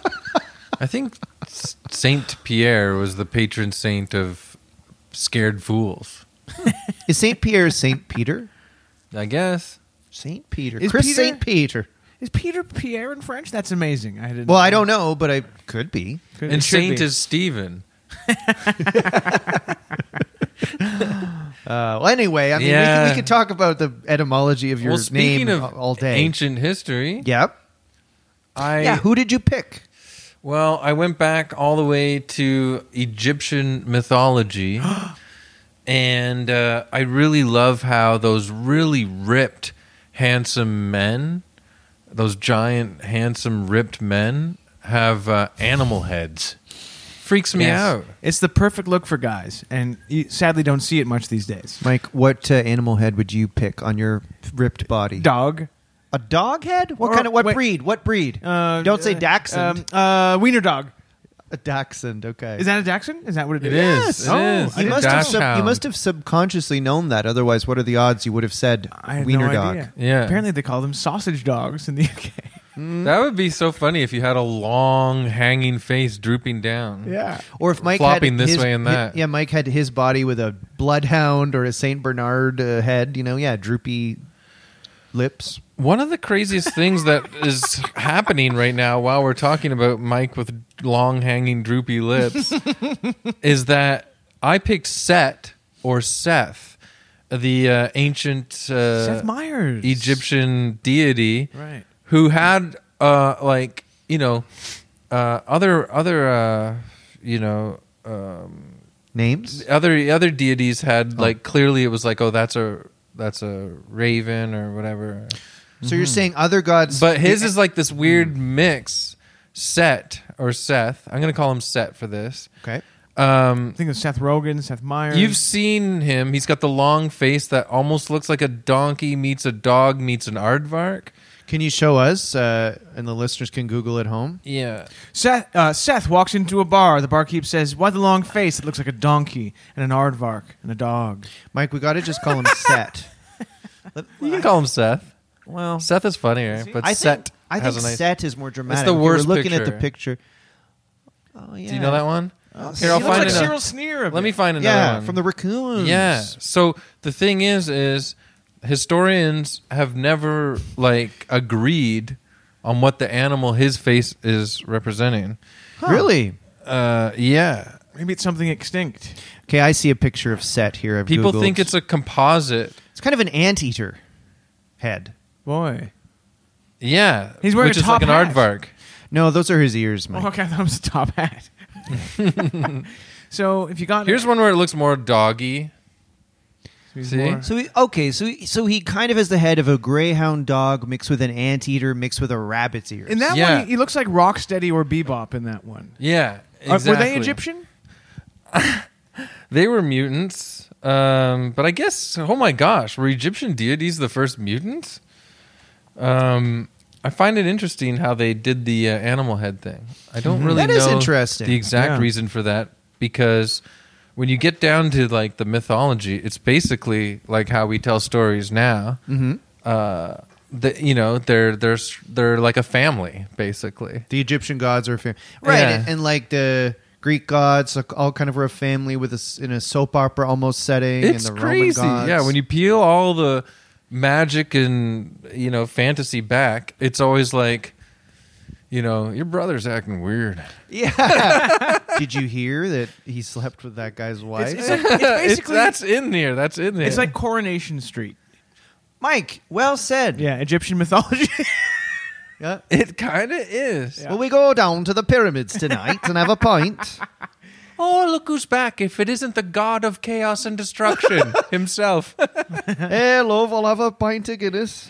S1: I think S- Saint Pierre was the patron saint of scared fools.
S3: Is St. Pierre St. Peter?
S1: I guess.
S3: St. Peter.
S2: Is
S3: Chris
S2: Peter-
S3: St. Peter.
S2: is Peter Pierre in French? That's amazing. I didn't
S3: Well, I don't know, but I could be.
S2: Could-
S1: and
S2: it should
S1: saint
S2: be.
S1: is Stephen.
S3: Uh, well, anyway, I mean, we,
S1: Yeah.
S3: can, we can talk about the etymology of your
S1: well, speaking
S3: name
S1: of
S3: a- all day.
S1: ancient history,
S3: Yep.
S1: I
S3: yeah. Who did you pick?
S1: well, I went back all the way to Egyptian mythology, and uh, I really love how those really ripped, handsome men, those giant, handsome, ripped men, have uh, animal heads. Freaks me
S2: Yes.
S1: out.
S2: It's the perfect look for guys, and you sadly don't see it much these days.
S3: Mike, what uh, animal head would you pick on your ripped body?
S2: Dog.
S3: A dog head? What
S2: Or-
S3: kind of what
S2: wait.
S3: breed? What breed?
S2: Uh,
S3: Don't say
S2: uh,
S3: dachshund.
S2: Um, uh, wiener dog.
S3: a dachshund. Okay.
S2: Is that a dachshund? Is that what it is?
S1: It is. It is.
S2: Oh, I
S3: you
S1: a
S2: didn't
S3: must,
S2: know.
S3: have sub- you
S1: dachshund.
S3: must have subconsciously known that. Otherwise, what are the odds you would have said
S2: I had
S3: wiener
S2: no
S3: dog?
S2: idea.
S1: Yeah.
S2: Apparently they call them sausage dogs in the UK. Mm-hmm.
S1: That would be so funny if you had a long hanging face drooping down.
S2: yeah.
S3: Or if Mike
S1: Flopping
S3: had
S1: this
S3: his-
S1: way and
S3: hi-
S1: that.
S3: yeah, Mike had his body with a bloodhound or a Saint Bernard uh, head. You know, yeah, droopy lips.
S1: One of the craziest things that is happening right now while we're talking about Mike with long hanging droopy lips is that I picked Set or Seth, the uh, ancient uh,
S2: Seth Meyers.
S1: Egyptian deity,
S2: Right.
S1: Who had uh, like you know uh, other other uh, you know. Um,
S3: Names?
S1: other other deities had
S2: Oh.
S1: like clearly it was like oh that's a that's a raven or whatever
S3: So you're saying other gods?
S1: Mm-hmm. but his is like this weird
S3: Mm.
S1: mix set or seth i'm gonna call him set for this
S3: okay.
S1: um
S2: I think of Seth Rogen, Seth Meyers.
S1: you've seen him he's got the long face that almost looks like a donkey meets a dog meets an aardvark
S3: Can you show us? Uh, and the listeners can Google at home.
S1: yeah
S2: Seth, uh, Seth walks into a bar. The barkeep says, "Why the long face? It looks like a donkey and an aardvark and a dog."
S3: Mike, we got to just call him Set.
S1: you can call him seth
S2: Well,
S1: seth is funnier but
S3: I think,
S1: set
S3: I
S1: has
S3: think
S1: a nice
S3: Set is more dramatic.
S1: the
S3: You were
S1: worst
S3: looking at the picture. Oh yeah.
S1: do you know that one here
S2: he
S1: i'll find
S2: looks like
S1: another
S2: Cyril Sneer. a
S1: let me
S2: bit.
S1: find another
S3: Yeah,
S1: one
S3: from the raccoons.
S1: Yeah. So the thing is, is historians have never like agreed on what the animal his face is representing.
S3: Really?
S1: Uh, yeah.
S2: Maybe it's something extinct.
S3: Okay, I see a picture of Set here. I've
S1: People
S3: Googled.
S1: think it's a composite.
S3: it's kind of an anteater head.
S2: Boy.
S1: Yeah.
S2: He's wearing
S1: which
S2: a
S1: is like an
S2: top hat.
S1: aardvark.
S3: No, those are his ears, Mike.
S2: Oh, okay, I thought it was a top hat. so if you got
S1: Here's one where it looks more doggy.
S2: He's
S1: see?
S2: more-
S3: So he, okay, so he, so he kind of has the head of a greyhound dog mixed with an anteater mixed with a rabbit's ears.
S2: in that
S1: Yeah.
S2: one, he, he looks like Rocksteady or Bebop in that one.
S1: Yeah.
S2: Are-
S1: Exactly.
S2: were they Egyptian?
S1: They were mutants. Um, but I guess, oh my gosh, were Egyptian deities the first mutants? Um, I find it interesting how they did the uh, animal head thing. I
S2: Mm-hmm.
S1: don't really
S3: That is
S1: know
S3: interesting.
S1: the exact
S2: Yeah.
S1: reason for that because when you get down to like the mythology, it's basically like how we tell stories now. Mm-hmm. Uh, the, you know, they're they're they're like a family basically.
S3: the Egyptian gods are a fam- right,
S1: Yeah.
S3: and, and like the Greek gods, like, all kind of were a family with a s in a soap opera almost setting.
S1: It's
S3: and the
S1: crazy.
S3: Roman gods.
S1: Yeah, when you peel all the magic and you know fantasy back, it's always like, you know, your brother's acting weird.
S3: yeah. Did you hear that he slept with that guy's wife?
S2: It's, like- it's basically
S1: that's in there. That's in there.
S2: it's like Coronation Street.
S3: Mike, well said.
S2: Yeah, Egyptian mythology.
S3: Yeah.
S1: it kind of is.
S3: Will we go down to the pyramids tonight and have a pint?
S1: Oh, look who's back! If it isn't the god of chaos and destruction himself,
S3: hey, love, I'll have a pint of Guinness.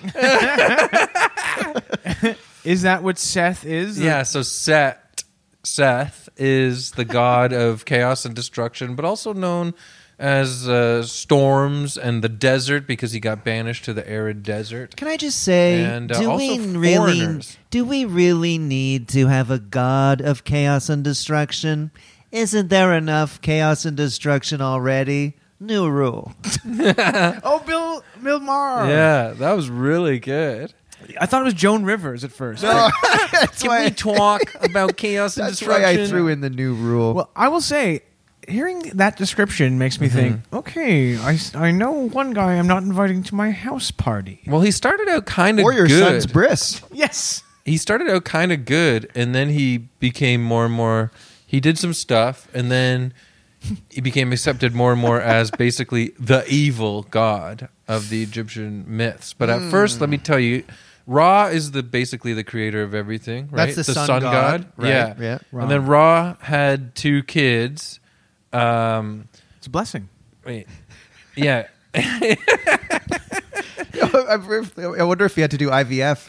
S2: is that what Seth is?
S1: yeah. So Set Seth is the god of chaos and destruction, but also known as uh, storms and the desert because he got banished to the arid desert.
S3: Can I just say,
S1: And, uh,
S3: do
S1: also
S3: we really
S1: foreigners.
S3: do we really need to have a god of chaos and destruction? Isn't there enough chaos and destruction already? New rule.
S2: Oh, Bill, Bill Maher.
S1: Yeah, that was really good.
S2: I thought it was Joan Rivers at first.
S3: that's
S1: Can we talk about chaos and
S3: that's
S1: destruction?
S3: why I threw in the new rule.
S2: Well, I will say, hearing that description makes
S1: Mm-hmm.
S2: me think. Okay, I, s- I know one guy I'm not inviting to my house party.
S1: Well, he started out kind of
S3: or your
S1: good.
S3: son's bris.
S2: Yes.
S1: he started out kind of good and then he became more and more he did some stuff and then he became accepted more and more as basically the evil god of the egyptian myths but at first
S3: Hmm.
S1: let me tell you Ra is the basically the creator of everything, right?
S3: That's the sun god, right?
S1: yeah.
S3: Yeah, Ra.
S1: And then Ra had two kids. Um,
S2: It's a blessing.
S1: wait, yeah,
S3: I wonder if he had to do IVF.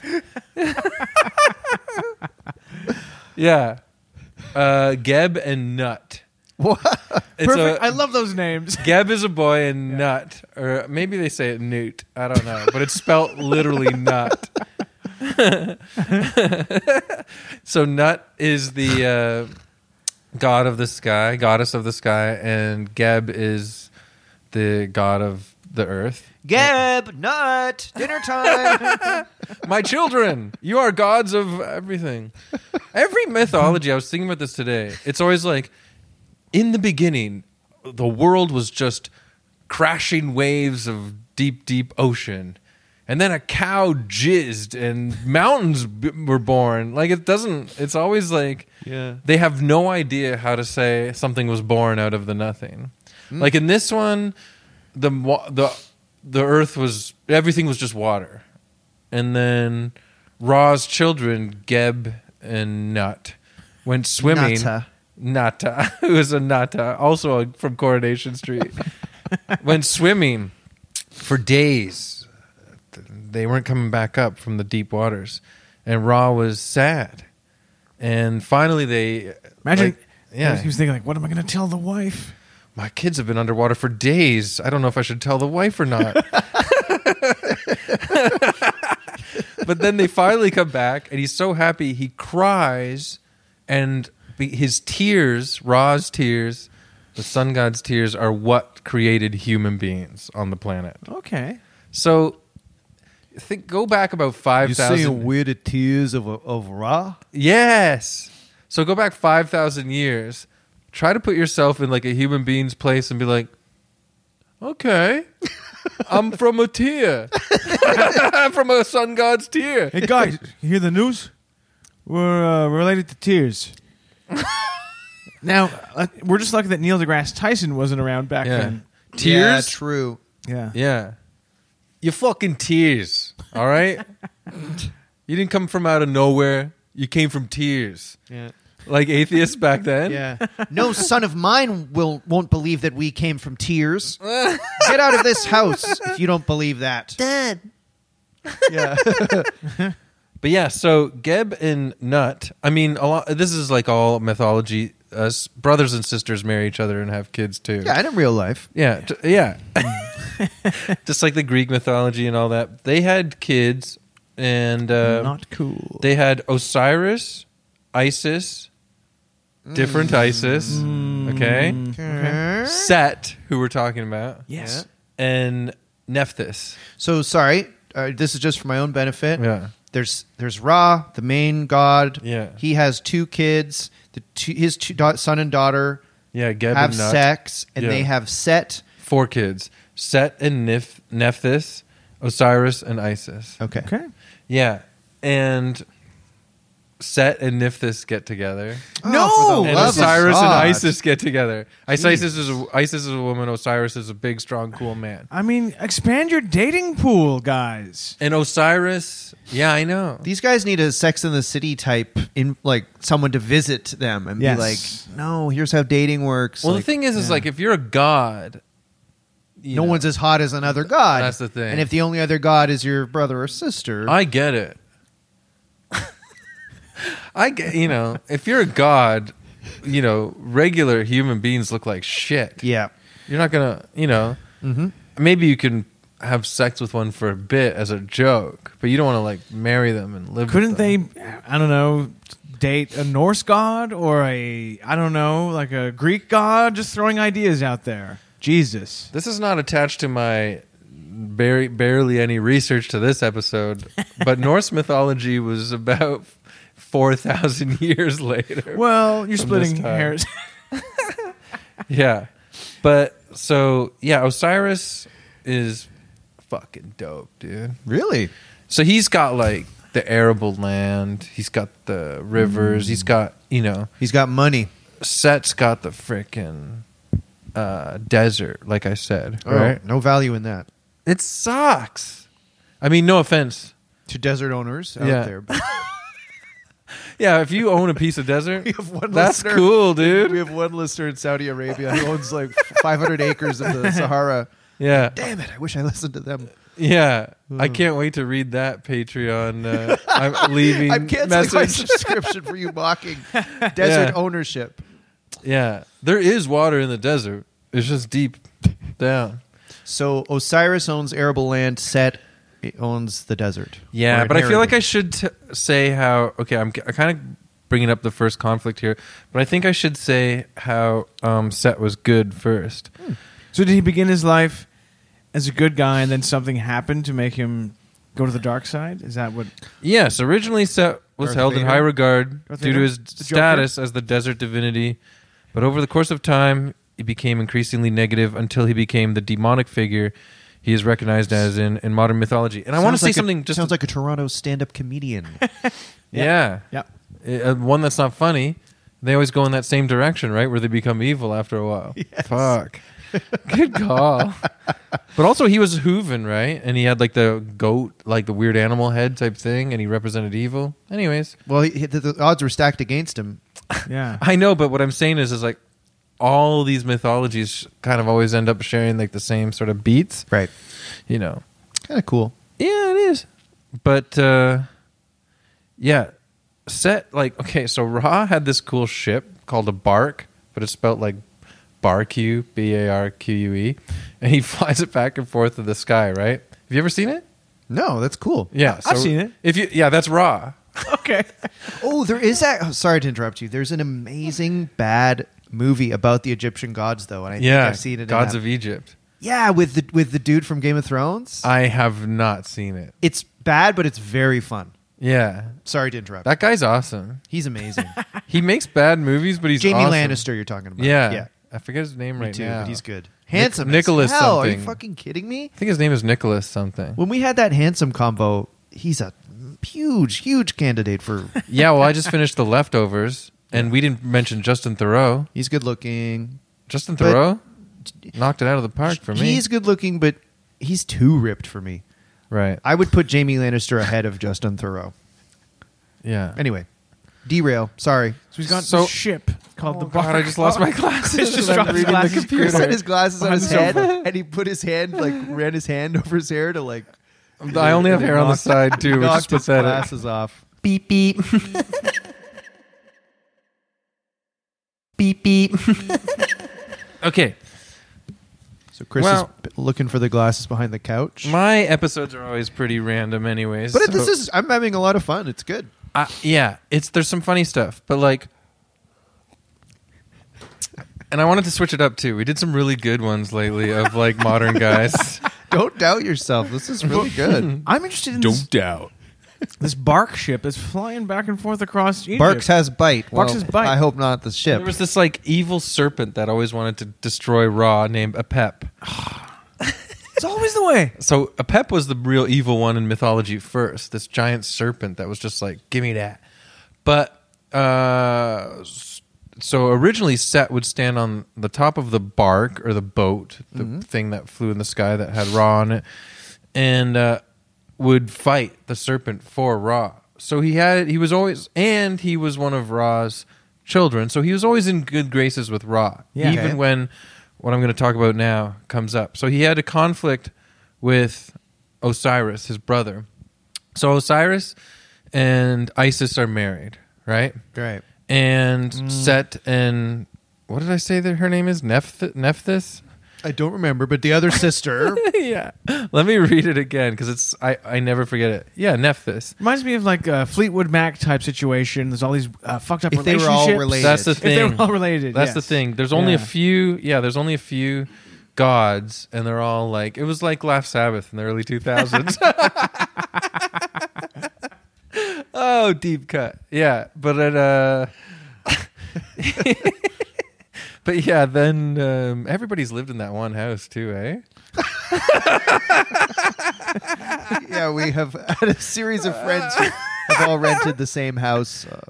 S1: yeah. Uh, Geb and Nut.
S3: What?
S1: It's
S2: Perfect.
S1: a-
S2: I love those names.
S1: Geb is a boy and nut, or maybe they say it newt. I don't know, but it's spelt literally nut. so nut is the uh, god of the sky, goddess of the sky, and Geb is the god of the earth.
S3: Gab nut dinner time.
S1: My children, you are gods of everything. Every mythology, I was thinking about this today. It's always like, in the beginning, the world was just crashing waves of deep, deep ocean. And then a cow jizzed and mountains b- were born. Like, it doesn't, it's always like,
S3: Yeah.
S1: they have no idea how to say something was born out of the nothing. Like in this one, the wa- the the earth was everything was just water, and then Ra's children Geb and Nut went swimming.
S3: Nata.
S1: Nata, who is a Nata, also a- from Coronation Street, went swimming for days. They weren't coming back up from the deep waters, and Ra was sad. And finally, they
S2: Imagine.
S1: like, yeah,
S2: He was thinking like, what am I going to tell the wife?
S1: my kids have been underwater for days. I don't know if I should tell the wife or not. but then they finally come back, and he's so happy he cries, and be- his tears, Ra's tears, the sun god's tears, are what created human beings on the planet.
S2: Okay.
S1: So, think go back about five thousand.
S3: weird tears of of raw.
S1: Yes. So go back 5,000 years. Try to put yourself in like a human being's place and be like, okay, I'm from a tear. I'm from a sun god's tear.
S2: Hey guys, you hear the news? We're uh, related to tears. now uh, we're just lucky that Neil deGrasse Tyson wasn't around back
S1: Yeah.
S2: then.
S3: Yeah,
S1: Tears?
S3: true.
S2: Yeah.
S1: Yeah. You fucking tears. All right? you didn't come from out of nowhere. You came from tears.
S3: Yeah.
S1: Like atheists back then.
S3: Yeah. No son of mine will won't believe that we came from tears. Get out of this house if you don't believe that. Dad. Yeah.
S1: But yeah, so Geb and Nut, I mean, a lot, this is like all mythology. Us brothers and sisters marry each other and have kids too.
S3: yeah, and in real life.
S1: Yeah, t- yeah. Just like the Greek mythology and all that. They had kids, and uh,
S2: Not cool.
S1: they had Osiris, Isis, different Isis. Mm.
S2: Mm.
S1: Okay, Set, who we're talking about.
S2: Yes.
S1: and Nephthys.
S3: So sorry, uh, this is just for my own benefit.
S1: Yeah.
S3: There's there's Ra, the main god.
S1: Yeah.
S3: He has two kids. The two, his two da- son and daughter
S1: Yeah, Geb
S3: have
S1: and Nut.
S3: sex, and
S1: Yeah.
S3: they have Set.
S1: Four kids: Set and Nif- Nephthys, Osiris and Isis.
S3: Okay.
S2: Okay.
S1: Yeah, and Set and Nifthys get together.
S2: No!
S3: Oh, for the
S1: and
S3: love of
S1: Osiris and
S3: God.
S1: Isis get together. Isis is a, Isis is a woman. Osiris is a big, strong, cool man.
S2: I mean, expand your dating pool, guys.
S1: And Osiris, yeah, I know.
S3: These guys need a Sex in the City type in like someone to visit them and
S2: Yes.
S3: be like, "No, here's how dating works."
S1: Well,
S3: Like,
S1: the thing is, is like if you're a god, you
S3: no
S1: know,
S3: one's as hot as another god.
S1: That's the thing.
S3: And if the only other god is your brother or sister,
S1: I get it. I get you know if you're a god, you know regular human beings look like shit.
S3: yeah, Mm-hmm.
S1: You're not gonna, you know. Maybe you can have sex with one for a bit as a joke, but you don't want to like marry them and live.
S2: Couldn't
S1: with
S2: they?
S1: them.
S2: I don't know. Date a Norse god or a I don't know, like a Greek god. Just throwing ideas out there. Jesus.
S1: This is not attached to my barely, barely any research to this episode, but Norse mythology was about four thousand years later.
S2: Well, you're
S1: From this
S2: splitting
S1: time.
S2: hairs.
S1: Yeah. But so yeah, Osiris is fucking dope, dude.
S3: Really?
S1: So he's got like the arable land, he's got the rivers, he's got, you know,
S3: He's got money.
S1: Set's got the frickin' uh, desert, like I said.
S3: All right. Oh, No value in that.
S1: It sucks. I mean, no offense.
S3: To desert owners out
S1: Yeah.
S3: there.
S1: Yeah, if you own a piece of desert,
S3: We have one
S1: that's
S3: listener.
S1: cool, dude.
S3: we have one listener in Saudi Arabia who owns like 500 acres of the Sahara.
S1: Yeah.
S3: Damn Hmm. it. I wish I listened to them.
S1: Yeah. I can't wait to read that Patreon uh, I'm leaving
S3: I'm canceling my
S1: message.
S3: subscription for you mocking desert
S1: Yeah.
S3: ownership.
S1: Yeah, there is water in the desert. It's just deep down.
S3: So Osiris owns arable land. Set owns the desert.
S1: Yeah,
S3: Or
S1: but I feel like I
S3: inherited.
S1: should t- say how. Okay, I'm I kind of bringing up the first conflict here, but I think I should say how um, Set was good first.
S3: Hmm.
S2: So did he begin his life as a good guy, and then something happened to make him go to the dark side? Is that what?
S1: Yes, originally Set was
S3: Darth
S1: held in
S3: Vader?
S1: high regard
S2: Darth
S1: due to
S2: Vader?
S1: his
S2: The Joker?
S1: status as the desert divinity, but over the course of time, he became increasingly negative until he became the demonic figure he is recognized as in, in modern mythology. And I want to
S3: Sounds
S1: say
S3: like a-
S1: something just
S3: sounds like a Toronto stand-up comedian.
S1: yeah.
S2: Yeah.
S1: uh, one that's not funny, they always go in that same direction, right? Where they become evil after a while. Fuck. Good call. but also, he was Hooven, right? And he had like the goat, like the weird animal head type thing, and he represented evil. Anyways,
S3: well, he, the, the odds were stacked against him.
S2: Yeah.
S1: I know, but what I'm saying is, is like all these mythologies kind of always end up sharing like the same sort of beats,
S3: Right.
S1: you know?
S3: Kind of cool.
S1: Yeah, it is. But uh yeah, set like okay, so Ra had this cool ship called a bark, but it's spelled like Barq, B A R Q U E, and he flies it back and forth in the sky, right? Have you ever seen it?
S3: No, that's cool.
S1: Yeah,
S2: I've seen it.
S1: If you yeah, that's Ra.
S2: okay.
S3: Oh, there is that. Oh, sorry to interrupt you. There's an amazing bad movie about the Egyptian gods, though, and I
S1: yeah,
S3: think I've seen it. in
S1: Gods
S3: that.
S1: of Egypt.
S3: yeah, with the with the dude from Game of Thrones.
S1: I have not seen it.
S3: it's bad, but it's very fun.
S1: Yeah,
S3: Sorry to interrupt.
S1: that guy's awesome.
S3: He's amazing.
S1: He makes bad movies, but he's
S3: Jamie
S1: awesome.
S3: Lannister, you're talking about.
S1: Yeah,
S3: yeah,
S1: I forget his name
S3: me
S1: right
S3: too.
S1: now.
S3: But he's good. Handsome, as
S1: Nicholas
S3: hell. Are you
S1: something.
S3: fucking kidding me?
S1: I think his name is Nicholas something.
S3: When we had that handsome combo, he's a huge, huge candidate for.
S1: yeah, well, I just finished the leftovers, and we didn't mention Justin Thoreau.
S3: He's good looking.
S1: Justin
S3: But-
S1: Thoreau knocked it out of the park for me.
S3: He's good looking, but he's too ripped for me.
S1: right.
S3: I would put Jamie Lannister ahead of Justin Thoreau.
S1: Yeah.
S3: Anyway, derail. Sorry.
S2: So he's got
S1: So-
S2: this ship called the Bark.
S1: Oh, God, I just lost my glasses.
S2: It's just
S1: and I'm
S2: dropped
S1: reading the
S2: glasses.
S1: computer.
S3: He set his glasses on
S2: Behind
S3: his
S2: the
S3: head,
S2: sofa.
S3: and he put his hand like ran his hand over his hair to like.
S1: I only have hair on the side too, which is
S3: knocked his
S1: pathetic.
S3: glasses off.
S5: Beep beep. beep beep.
S1: Okay,
S3: So Chris
S1: Well-
S3: is looking for the glasses behind the couch.
S1: my episodes are always pretty random, anyways.
S3: But
S1: so-
S3: this is I'm having a lot of fun. It's good.
S1: I- yeah, it's there's some funny stuff, but like, and I wanted to switch it up too. We did some really good ones lately of like modern guys.
S3: Don't doubt yourself. This is really good.
S2: I'm interested in this,
S4: Don't doubt.
S2: this bark ship that's flying back and forth across Egypt.
S3: Barks has bite.
S2: Barks
S3: Well,
S2: has bite.
S3: I hope not the ship.
S1: There was this like evil serpent that always wanted to destroy Ra named Apep.
S2: it's always the way.
S1: So Apep was the real evil one in mythology first, this giant serpent that was just like, give me that. But uh s- so originally Set would stand on the top of the bark or the boat, the
S2: Mm-hmm.
S1: thing that flew in the sky that had Ra on it, and uh would fight the serpent for Ra. So he had he was always and he was one of Ra's children. So he was always in good graces with Ra.
S2: Yeah.
S1: Even
S2: Okay.
S1: when what I'm going to talk about now comes up. So he had a conflict with Osiris, his brother. So Osiris and Isis are married, right?
S3: Right.
S1: And Set and what did I say that her name is? Neph- Nephthys?
S3: I don't remember, but the other sister.
S2: yeah.
S1: Let me read it again because it's I, I never forget it. Yeah, Nephthys.
S2: Reminds me of like a Fleetwood Mac type situation. There's all these uh, fucked up
S3: If they
S2: relationships.
S3: were all related.
S1: That's the
S2: If they
S1: thing.
S2: were all related.
S1: That's the
S2: yes.
S1: thing. There's only a
S2: Yeah.
S1: few. Yeah, there's only a few gods, and they're all like it was like Laugh Sabbath in the early 2000s. oh, deep cut. Yeah, but it. Uh, but yeah, then um, everybody's lived in that one house too, eh?
S3: yeah, we have had a series of friends who have all rented the same house. Uh,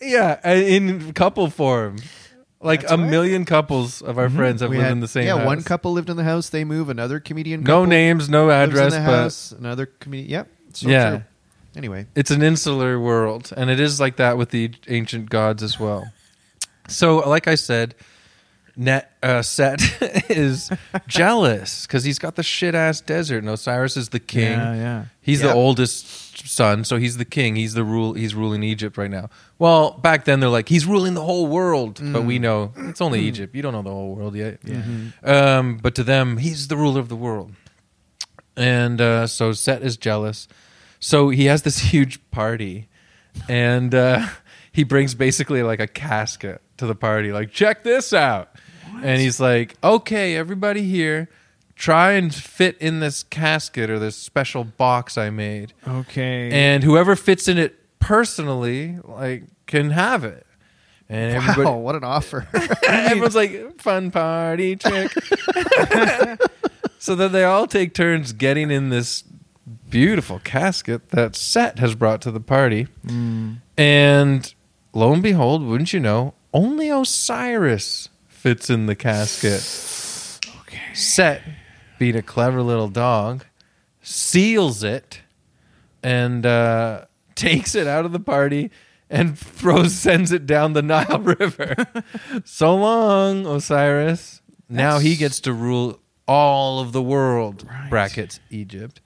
S1: Yeah, uh, in couple form. Like a million couples of our friends have
S3: we
S1: lived
S3: had-
S1: in the same
S3: Yeah,
S1: house.
S3: one couple lived in the house. They move. Another comedian.
S1: No
S3: couple
S1: names, no
S3: lives in
S1: address,
S3: the
S1: but
S3: house. Another comedian. Yep. So
S1: Yeah.
S3: true. Anyway,
S1: it's an insular world, and it is like that with the ancient gods as well. So, like I said, Net uh, Set is jealous because he's got the shit ass desert, and Osiris is the king.
S2: Yeah, yeah.
S1: He's
S3: Yeah.
S1: the oldest son, so he's the king. He's the rule. He's ruling Egypt right now. Well, back then they're like he's ruling the whole world, but
S2: Mm.
S1: we know it's only Egypt. You don't know the whole world yet.
S2: Mm-hmm.
S1: Um, but to them, he's the ruler of the world, and uh, so Set is jealous. So he has this huge party, and uh, he brings basically like a casket to the party. Like, check this out. And he's like, okay, everybody here, try and fit in this casket or this special box I made.
S2: Okay.
S1: And whoever fits in it personally, like, can have it. And everybody,
S3: wow, what an offer!
S1: everyone's like, fun party trick. so then they all take turns getting in this beautiful casket that Set has brought to the party. And lo and behold, wouldn't you know, only Osiris fits in the casket. Okay. Set, being a clever little dog, seals it and uh, takes it out of the party and throws sends it down the Nile River. so long, Osiris. Now he gets to rule all of the world. Brackets Egypt.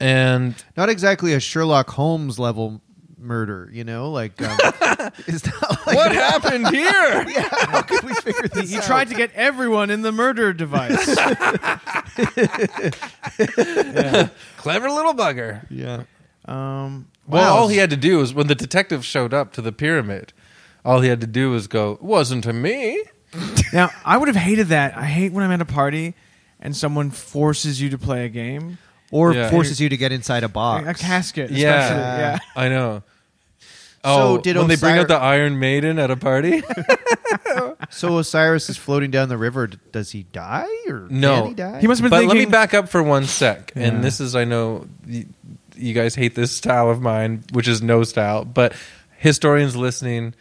S1: And
S3: Not exactly a Sherlock Holmes level murder, you know. Like, um, it's not like
S1: what happened here?
S3: yeah. How could we figure
S2: he,
S3: this
S2: he
S3: out?
S2: tried to get everyone in the murder device.
S1: Clever little bugger.
S3: Yeah.
S2: um,
S1: Well,
S3: Wow.
S1: all he had to do was when the detective showed up to the pyramid, all he had to do was go, "Wasn't to me."
S2: now, I would have hated that. I hate when I'm at a party and someone forces you to play a game.
S3: Or
S1: Yeah.
S3: forces you to get inside a box.
S2: A casket. Especially.
S1: Yeah.
S2: Yeah.
S1: I know.
S3: So
S1: Oh,
S3: did
S1: when they bring
S3: Osir-
S1: out the Iron Maiden at a party?
S3: So Osiris is floating down the river. D- Does he die or
S1: No.
S3: Can he die?
S2: He must have been
S1: but
S2: thinking.
S1: let me back up for one sec.
S2: Yeah.
S1: And this is, I know you, you guys hate this style of mine, which is no style, but historians listening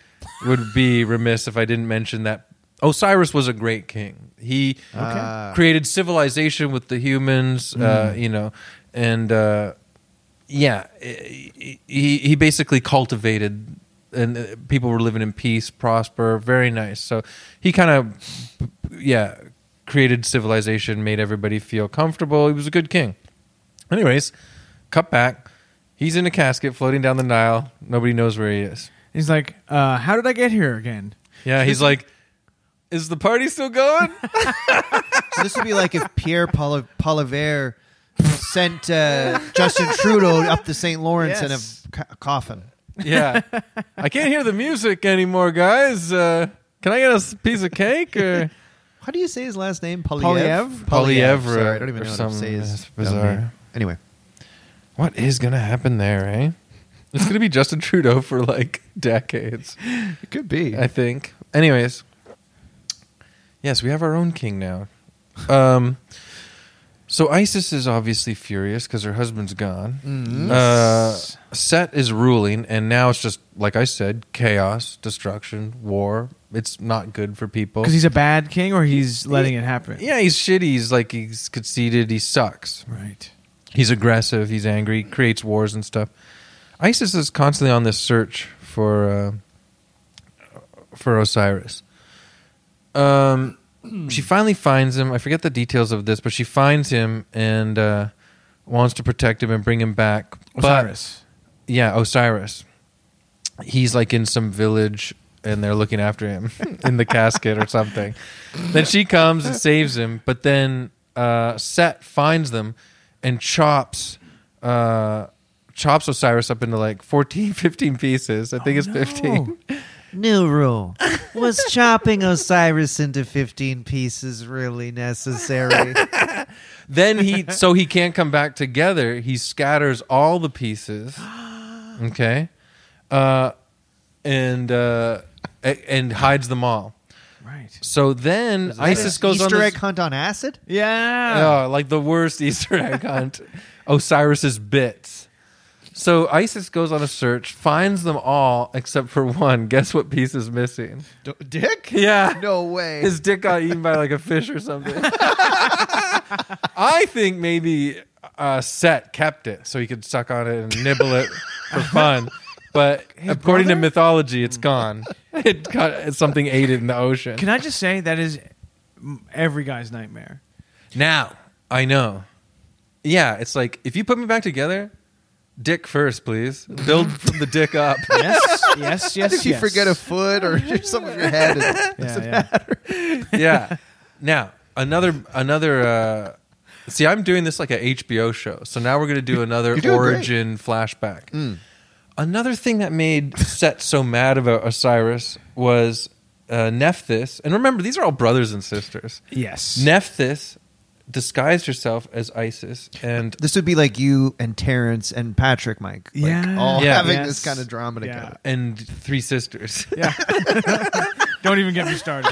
S1: would be remiss if I didn't mention that Osiris was a great king. He uh, created civilization with the humans, uh, you know, and uh, yeah, he, he he basically cultivated. And uh, people were living in peace, prosper, very nice. So he kind of, yeah, created civilization, made everybody feel comfortable. He was a good king. Anyways, cut back. He's in a casket floating down the Nile. Nobody knows where he is.
S2: He's like, uh, "How did I get here again?"
S1: Yeah, he's like, is the party still going?
S3: So this would be like if Pierre Poli- Polivier sent uh, Justin Trudeau up the St. Lawrence
S2: Yes.
S3: in a ca- coffin.
S1: yeah. I can't hear the music anymore, guys. Uh, can I get a s- piece of cake or
S3: How do you say his last name? Polyev?
S2: Polyev?
S1: Polyevra
S3: Sorry, I don't even
S1: or
S3: know how to
S1: something.
S3: say his
S1: That's bizarre.
S3: dumb name. Anyway,
S1: what is going to happen there, eh? It's going to be Justin Trudeau for like decades,
S3: it could be.
S1: I think. Anyways, yes, we have our own king now. Um, so Isis is obviously furious because her husband's gone. Uh, Set is ruling, and now it's just like I said: chaos, destruction, war. It's not good for people.
S2: Because he's a bad king, or he's letting it happen.
S1: yeah, he's shitty. He's like he's conceited. He sucks.
S2: Right.
S1: He's aggressive. He's angry. Creates wars and stuff. ISIS is constantly on this search for uh, for Osiris. Um, she finally finds him. I forget the details of this, but she finds him and uh, wants to protect him and bring him back. But-
S2: Osiris.
S1: yeah, Osiris. He's like in some village and they're looking after him in the casket or something. Then she comes and saves him, but then uh, Set finds them and chops uh, chops Osiris up into like 14, 15 pieces. I think it's 15.
S6: New rule. Was chopping Osiris into 15 pieces really necessary?
S1: Then he so he can't come back together. He scatters all the pieces. Okay, uh, and uh, a- and hides them all.
S2: Right.
S1: So then ISIS goes
S6: Easter
S1: on
S6: egg
S1: this,
S6: hunt on acid?
S2: Yeah.
S1: Oh, like the worst Easter egg hunt. Osiris's bits. So ISIS goes on a search, finds them all except for one. Guess what piece is missing?
S6: dick?
S1: Yeah.
S6: No way.
S1: His dick got eaten by like a fish or something. I think maybe uh, Set kept it so he could suck on it and nibble it for fun. But according to mythology, it's gone. It got something ate it in the ocean.
S2: Can I just say that is m- every guy's nightmare.
S1: Now I know. Yeah, it's like if you put me back together, dick first, please. Build from the dick up.
S2: Yes. yes. Yes.
S3: If you
S2: yes.
S3: forget a foot or some of your head, is-
S2: Yeah, yeah.
S1: yeah. Now another another. uh See, I'm doing this like a HBO show, so now we're gonna do another
S3: You're doing great. Mm.
S1: origin flashback. Another thing that made Set so mad about Osiris was uh, Nephthys, and remember these are all brothers and sisters.
S2: Yes.
S1: Nephthys disguised herself as Isis and
S3: this would be like you and Terrence and Patrick, Mike. Like,
S2: Yeah.
S3: all
S1: Yeah.
S3: having
S2: Yes.
S3: this kind of drama
S2: Yeah.
S3: together.
S1: and three sisters.
S2: Don't even get me started.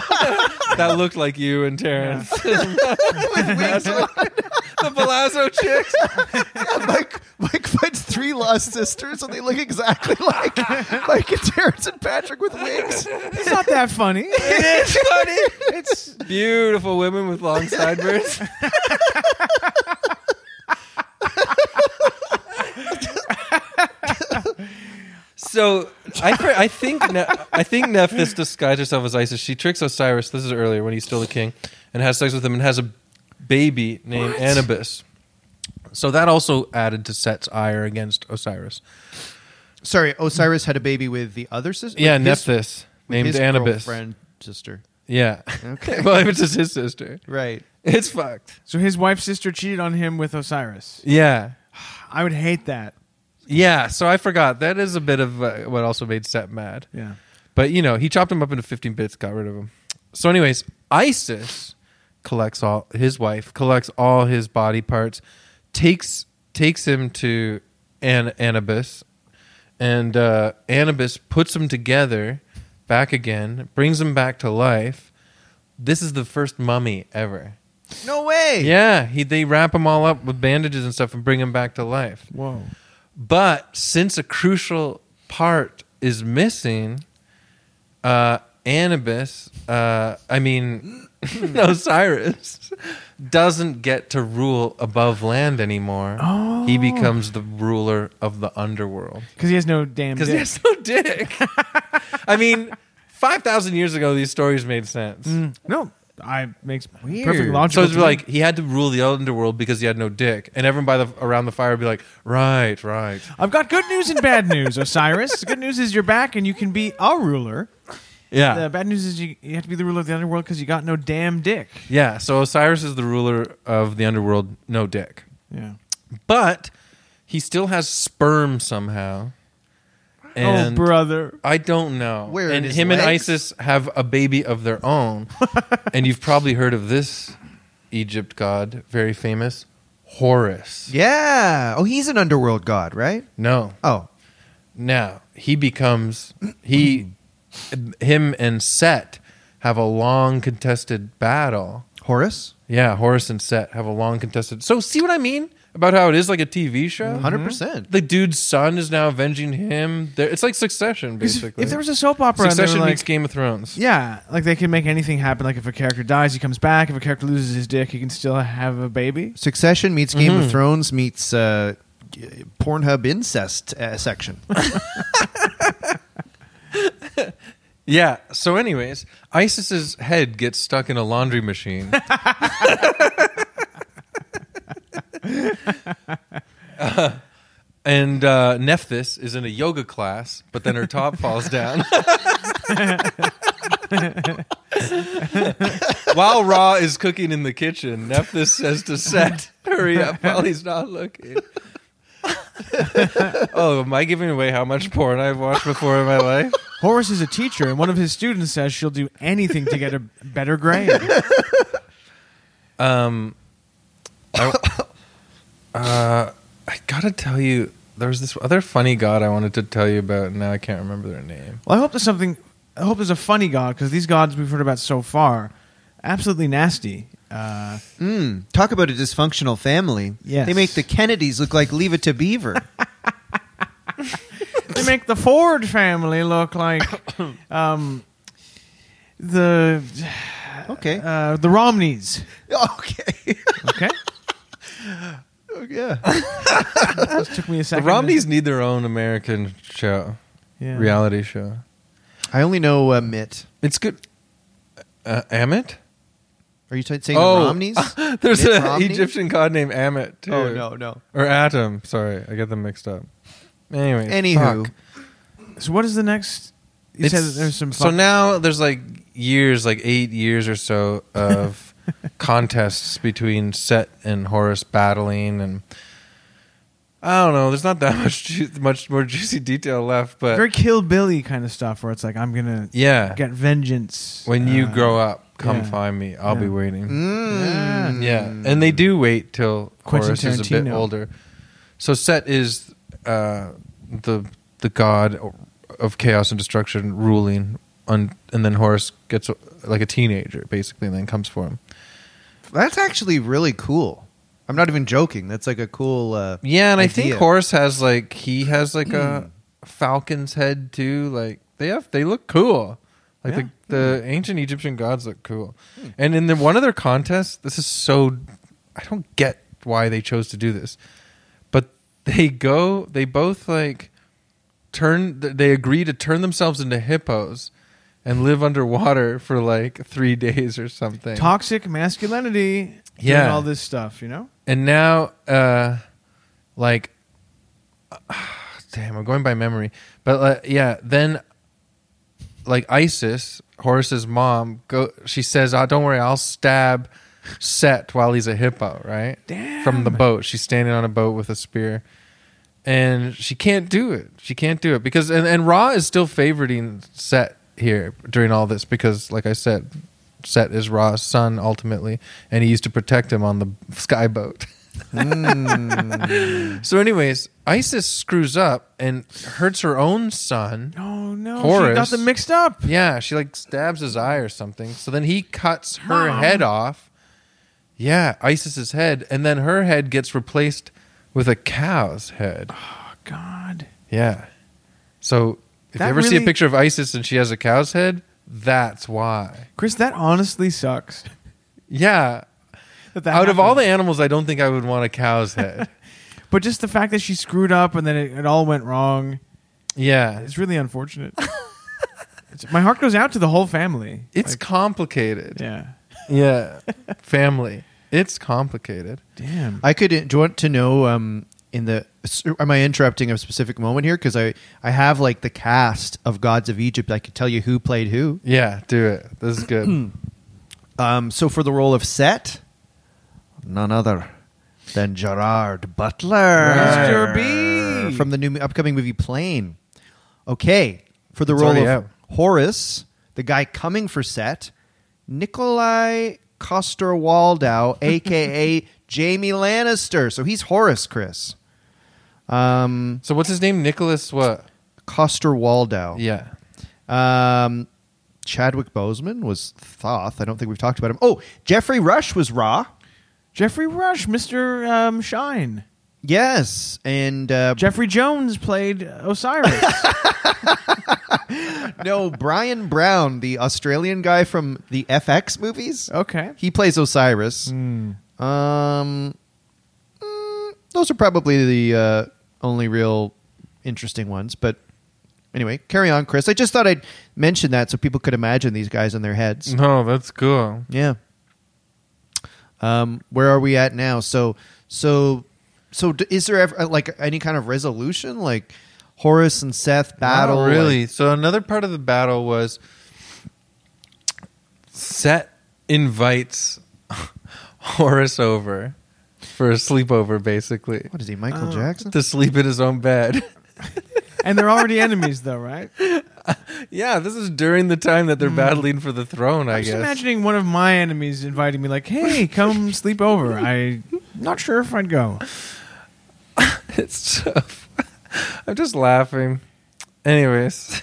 S1: that looked like you and Terrence. the Palazzo chicks.
S3: Mike, Mike finds three lost sisters, and they look exactly like Mike and Terrence and Patrick with wigs.
S2: It's not that funny.
S1: It's funny. It's beautiful women with long sideburns. so I, fr- I think ne- I think Nephthys disguised herself as Isis. She tricks Osiris. This is earlier when he's still the king, and has sex with him, and has a baby named Anubis. So that also added to Set's ire against Osiris.
S3: Sorry, Osiris had a baby with the other sister.
S1: Yeah,
S3: with his-
S1: Nephthys
S3: with
S1: named
S3: his
S1: Anubis.
S3: girlfriend, sister.
S1: Yeah. Okay. well, if it's just his sister,
S3: Right.
S1: it's fucked.
S2: So his wife's sister cheated on him with Osiris.
S1: Yeah.
S2: I would hate that.
S1: Yeah. So I forgot. That is a bit of uh, what also made Set mad.
S2: Yeah.
S1: But you know, he chopped him up into 15 bits, got rid of him. So, anyways, Isis collects all his wife collects all his body parts, takes takes him to An- Anubis, and uh, Anubis puts him together back again, brings him back to life. This is the first mummy ever.
S3: No way.
S1: Yeah, he they wrap him all up with bandages and stuff and bring him back to life.
S2: Whoa.
S1: But since a crucial part is missing, uh, Anubis, uh, I mean, Osiris, doesn't get to rule above land anymore. He becomes the ruler of the underworld.
S2: Because he has no damn.
S1: Because
S2: dick.
S1: there's no dick. I mean, 5,000 years ago, these stories made sense.
S2: No. I makes perfect
S3: Weird.
S1: So
S2: logical.
S1: it's like he had to rule the underworld because he had no dick, and everyone by the around the fire would be like, "Right, right."
S2: I've got good news and bad news, Osiris. The good news is you're back and you can be our ruler.
S1: Yeah,
S2: The bad news is you, you have to be the ruler of the underworld because you got no damn dick.
S1: yeah. So Osiris is the ruler of the underworld, no dick,
S2: Yeah.
S1: but he still has sperm somehow. And
S2: oh, brother.
S1: I don't know.
S3: Where in
S1: and
S3: his
S1: him and
S3: legs?
S1: Isis have a baby of their own, and you've probably heard of this Egypt god, very famous, Horus.
S3: Yeah. Oh, he's an underworld god, right?
S1: No,
S3: Oh,
S1: Now he becomes he, him and Set have a long contested battle.
S3: Horus.
S1: Yeah, Horus and Set have a long contested. So see what I mean about how it is like a TV show.
S2: Mm-hmm.
S3: 100 percent.
S1: The dude's son is now avenging him. There, it's like Succession,
S2: 'Cause if-
S1: basically.
S2: If there was a soap opera, and they were
S1: Succession
S2: like,
S1: meets Game of Thrones.
S2: yeah, like they can make anything happen. Like if a character dies, he comes back. If a character loses his dick, he can still have a baby.
S3: Succession meets Game
S1: Mm-hmm.
S3: of Thrones meets uh, Pornhub incest uh, section.
S1: Yeah. So, anyways, Isis's head gets stuck in a laundry machine. Uh, And uh, Nephthys is in a yoga class, but then her top falls down. While Ra is cooking in the kitchen, Nephthys says to Set, hurry up while he's not looking. oh, am I giving away how much porn I've watched before in my life?
S2: Horace is a teacher, and one of his students says she'll do anything to get a better grade.
S1: Um, I, uh, I gotta tell you, there was this other funny god I wanted to tell you about, and now I can't remember their name.
S2: Well, I hope there's something. I hope there's a funny god because these gods we've heard about so far, absolutely nasty. Uh,
S3: Mm, talk about a dysfunctional family.
S2: Yes.
S3: They make the Kennedys look like Leave It to Beaver.
S2: they make the Ford family look like um, the
S3: Okay.
S2: uh, the Romneys.
S3: okay.
S2: Okay,
S3: yeah.
S2: just took me a
S1: The
S2: second.
S1: Romneys need their own American show,
S2: yeah.
S1: reality show.
S3: I only know uh, Mitt.
S1: It's good. Uh, Amit?
S3: Are you t- saying
S1: Oh.
S3: the Romneys?
S1: There's
S3: Mitt
S1: an
S3: Romney?
S1: Egyptian god named Amit, too.
S3: oh no, no.
S1: Or Atom. Sorry, I get them mixed up. Anyway.
S3: Anywho,
S1: fuck.
S2: So what is the next? You said
S1: It's-
S2: that there's some.
S1: So
S2: fuck-
S1: now there's like years, like eight years or so of contests between Set and Horus battling, and I don't know. There's not that much ju- much more juicy detail left, but
S2: very Kill Billy kind of stuff where it's like I'm gonna
S1: yeah.
S2: get vengeance
S1: When you
S2: uh,
S1: grow up, come
S2: yeah.
S1: find me. I'll
S2: Yeah.
S1: be waiting.
S2: Yeah.
S1: Yeah, and they do wait till
S2: Quentin
S1: Horus is a bit
S2: Tarantino.
S1: older. So Set is uh, the the god of chaos and destruction, ruling, on, and then Horus gets uh, like a teenager basically, and then comes for him.
S3: that's actually really cool. I'm not even joking. That's like a cool. Uh,
S1: Yeah, and I think
S3: idea.
S1: Horus has like he has like a falcon's head too. Like they have they look cool. Like
S2: Yeah.
S1: the, the ancient Egyptian gods look cool. And in the one of their contests, this is so I don't get why they chose to do this. But they go they both like turn they agree to turn themselves into hippos and live underwater for like 3 days or something.
S2: toxic masculinity,
S1: Yeah.
S2: doing all this stuff, you know.
S1: and now uh like damn i'm going by memory but uh, yeah then like isis horace's mom go she says oh, don't worry i'll stab set while he's a hippo right
S2: Damn.
S1: from the boat she's standing on a boat with a spear and she can't do it she can't do it because and, and ra is still favoriting set here during all this because like i said set is ra's son ultimately and he used to protect him on the sky boat so anyways isis screws up and hurts her own son
S2: Oh no, she
S1: Horus.
S2: got them mixed up.
S1: yeah, she like stabs his eye or something. So then he cuts her
S2: Mom.
S1: head off. Yeah, Isis's head, and then her head gets replaced with a cow's head.
S2: Oh God,
S1: Yeah. So if
S2: That
S1: you ever see a
S2: really-
S1: picture of Isis and she has a cow's head, that's why.
S2: Chris, that honestly sucks.
S1: Yeah.
S2: That that
S1: Out of all the
S2: happened.
S1: animals, I don't think I would want a cow's head.
S2: but just the fact that she screwed up and then it, it all went wrong,
S1: yeah.
S2: it's really unfortunate. It's- my heart goes out to the whole family.
S1: It's
S2: Like,
S1: complicated.
S2: yeah,
S1: Yeah. Family. It's complicated.
S2: damn.
S3: I could. uh, Do you want to know? Um, in the am I interrupting a specific moment here? Because I I have like the cast of Gods of Egypt. I could tell you who played who.
S1: Yeah, do it. This is good.
S3: Um, so for the role of Set, none other than Gerard Butler
S2: Mr. B.
S3: from the new upcoming movie Plane. Okay, for the
S1: It's
S3: role
S1: already
S3: of
S1: out.
S3: Horace, the guy coming for Set, Nikolai Coster Waldau, aka Jamie Lannister. So he's Horace, Chris. Um,
S1: so what's his name? Nicholas what?
S3: Coster Waldau.
S1: Yeah.
S3: Um, Chadwick Boseman was Thoth. I don't think we've talked about him. Oh, Jeffrey Rush was Ra.
S2: Jeffrey Rush, Mr. Um, Shine.
S3: Yes, and uh,
S2: Jeffrey Jones played Osiris.
S3: no Brian Brown, the Australian guy from the FX movies.
S1: Oh.
S2: okay.
S3: He plays Osiris.
S1: Hmm.
S3: Um, mm, those are probably the uh, only real interesting ones. But anyway, carry on, Chris. I just thought I'd mention that so people could imagine these guys in their heads.
S1: No, that's cool.
S3: Yeah. Um, where are we at now? So, so so d- is there ever uh, like any kind of resolution like Horace and Seth battle?
S1: Not
S3: like-
S1: really. so another part of the battle was Set invites Horace over for a sleepover, basically,
S3: what is he, Michael Jackson?
S1: to sleep in his own bed.
S2: and they're already enemies, though, right?
S1: yeah, this is during the time that they're battling for the throne. I
S2: I'm just
S1: guess.
S2: imagining one of my enemies inviting me, like, "Hey, come sleep over." I'm not sure if I'd go.
S1: It's tough. I'm just laughing. Anyways.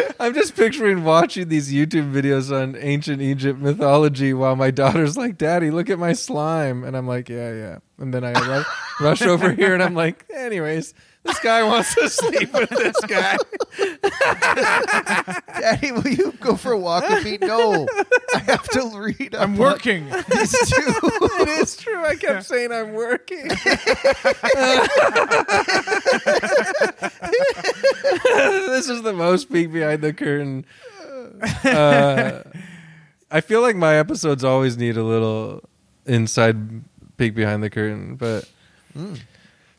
S1: I'm just picturing watching these YouTube videos on ancient Egypt mythology while my daughter's like, Daddy, look at my slime. And I'm like, Yeah, yeah. And then I ru- rush over here and I'm like, Anyways, this guy wants to sleep with this guy.
S3: Daddy, will you go for a walk with me? No, I have to read.
S2: I'm
S3: up on
S2: working.
S3: these two.
S1: It is true. I kept saying I'm working. this is the most peek behind the curtain. Uh, I feel like my episodes always need a little inside peek behind the curtain, but so
S3: Mm.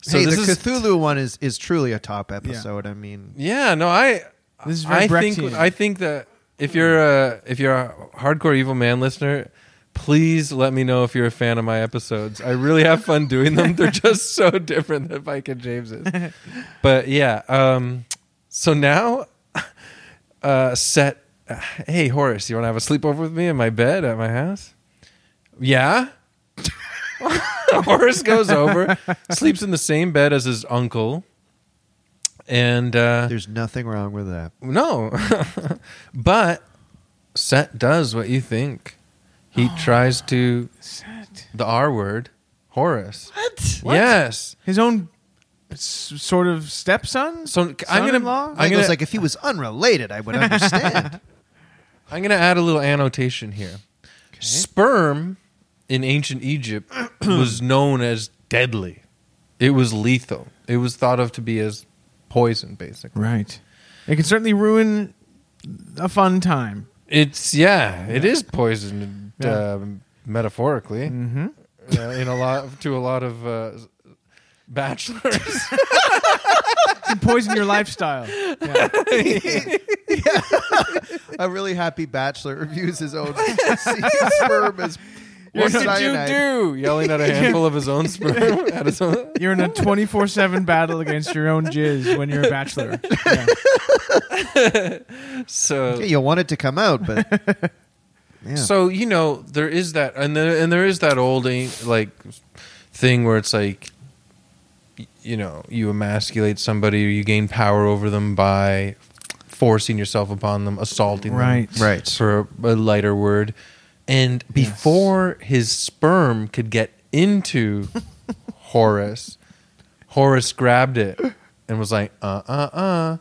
S3: hey, the
S1: this is
S3: Cthulhu one is is truly a top episode. I mean,
S1: yeah. No, I
S2: This is very
S1: I think
S2: Brechtian.
S1: I think that if you're a if you're a hardcore evil man listener, please let me know if you're a fan of my episodes. I really have fun doing them. They're just so different than Mike and James's. But yeah, um, so now uh, set. Hey Horace, you want to have a sleepover with me in my bed at my house? Yeah. Horace goes over, sleeps in the same bed as his uncle, and uh,
S3: there's nothing wrong with that.
S1: no. but Set does what you think. He tries to the R word, Horace.
S2: What?
S1: Yes.
S2: His own s- sort of stepson.
S1: So I'm
S2: Son-in-law?
S1: gonna
S3: i
S1: I'm gonna,
S3: was like, if he was unrelated, I would understand.
S1: I'm gonna add a little annotation here. Sperm in ancient Egypt was known as deadly. It was lethal. It was thought of to be as poison, basically.
S2: right. It can certainly ruin a fun time.
S1: It's yeah, it is poison um metaphorically. Mm-hmm. Uh, in a lot to a lot of uh, bachelors.
S2: It can poison your lifestyle. Yeah.
S3: a really happy bachelor reviews his own sperm as or
S1: what did
S3: cyanide.
S1: you do? Yelling at a handful of his own sperm. At his own-
S2: You're in a 24 7 battle against your own jizz when you're a bachelor. Yeah.
S1: so
S3: Yeah, you want it to come out, but yeah.
S1: so you know there is that, and there, and there is that old an- like thing where it's like. y- You know, you emasculate somebody, or you gain power over them by forcing yourself upon them, assaulting them,
S2: Right.
S3: right.
S1: for a lighter word. And before his sperm could get into Horace, Horace grabbed it and was like, uh uh uh.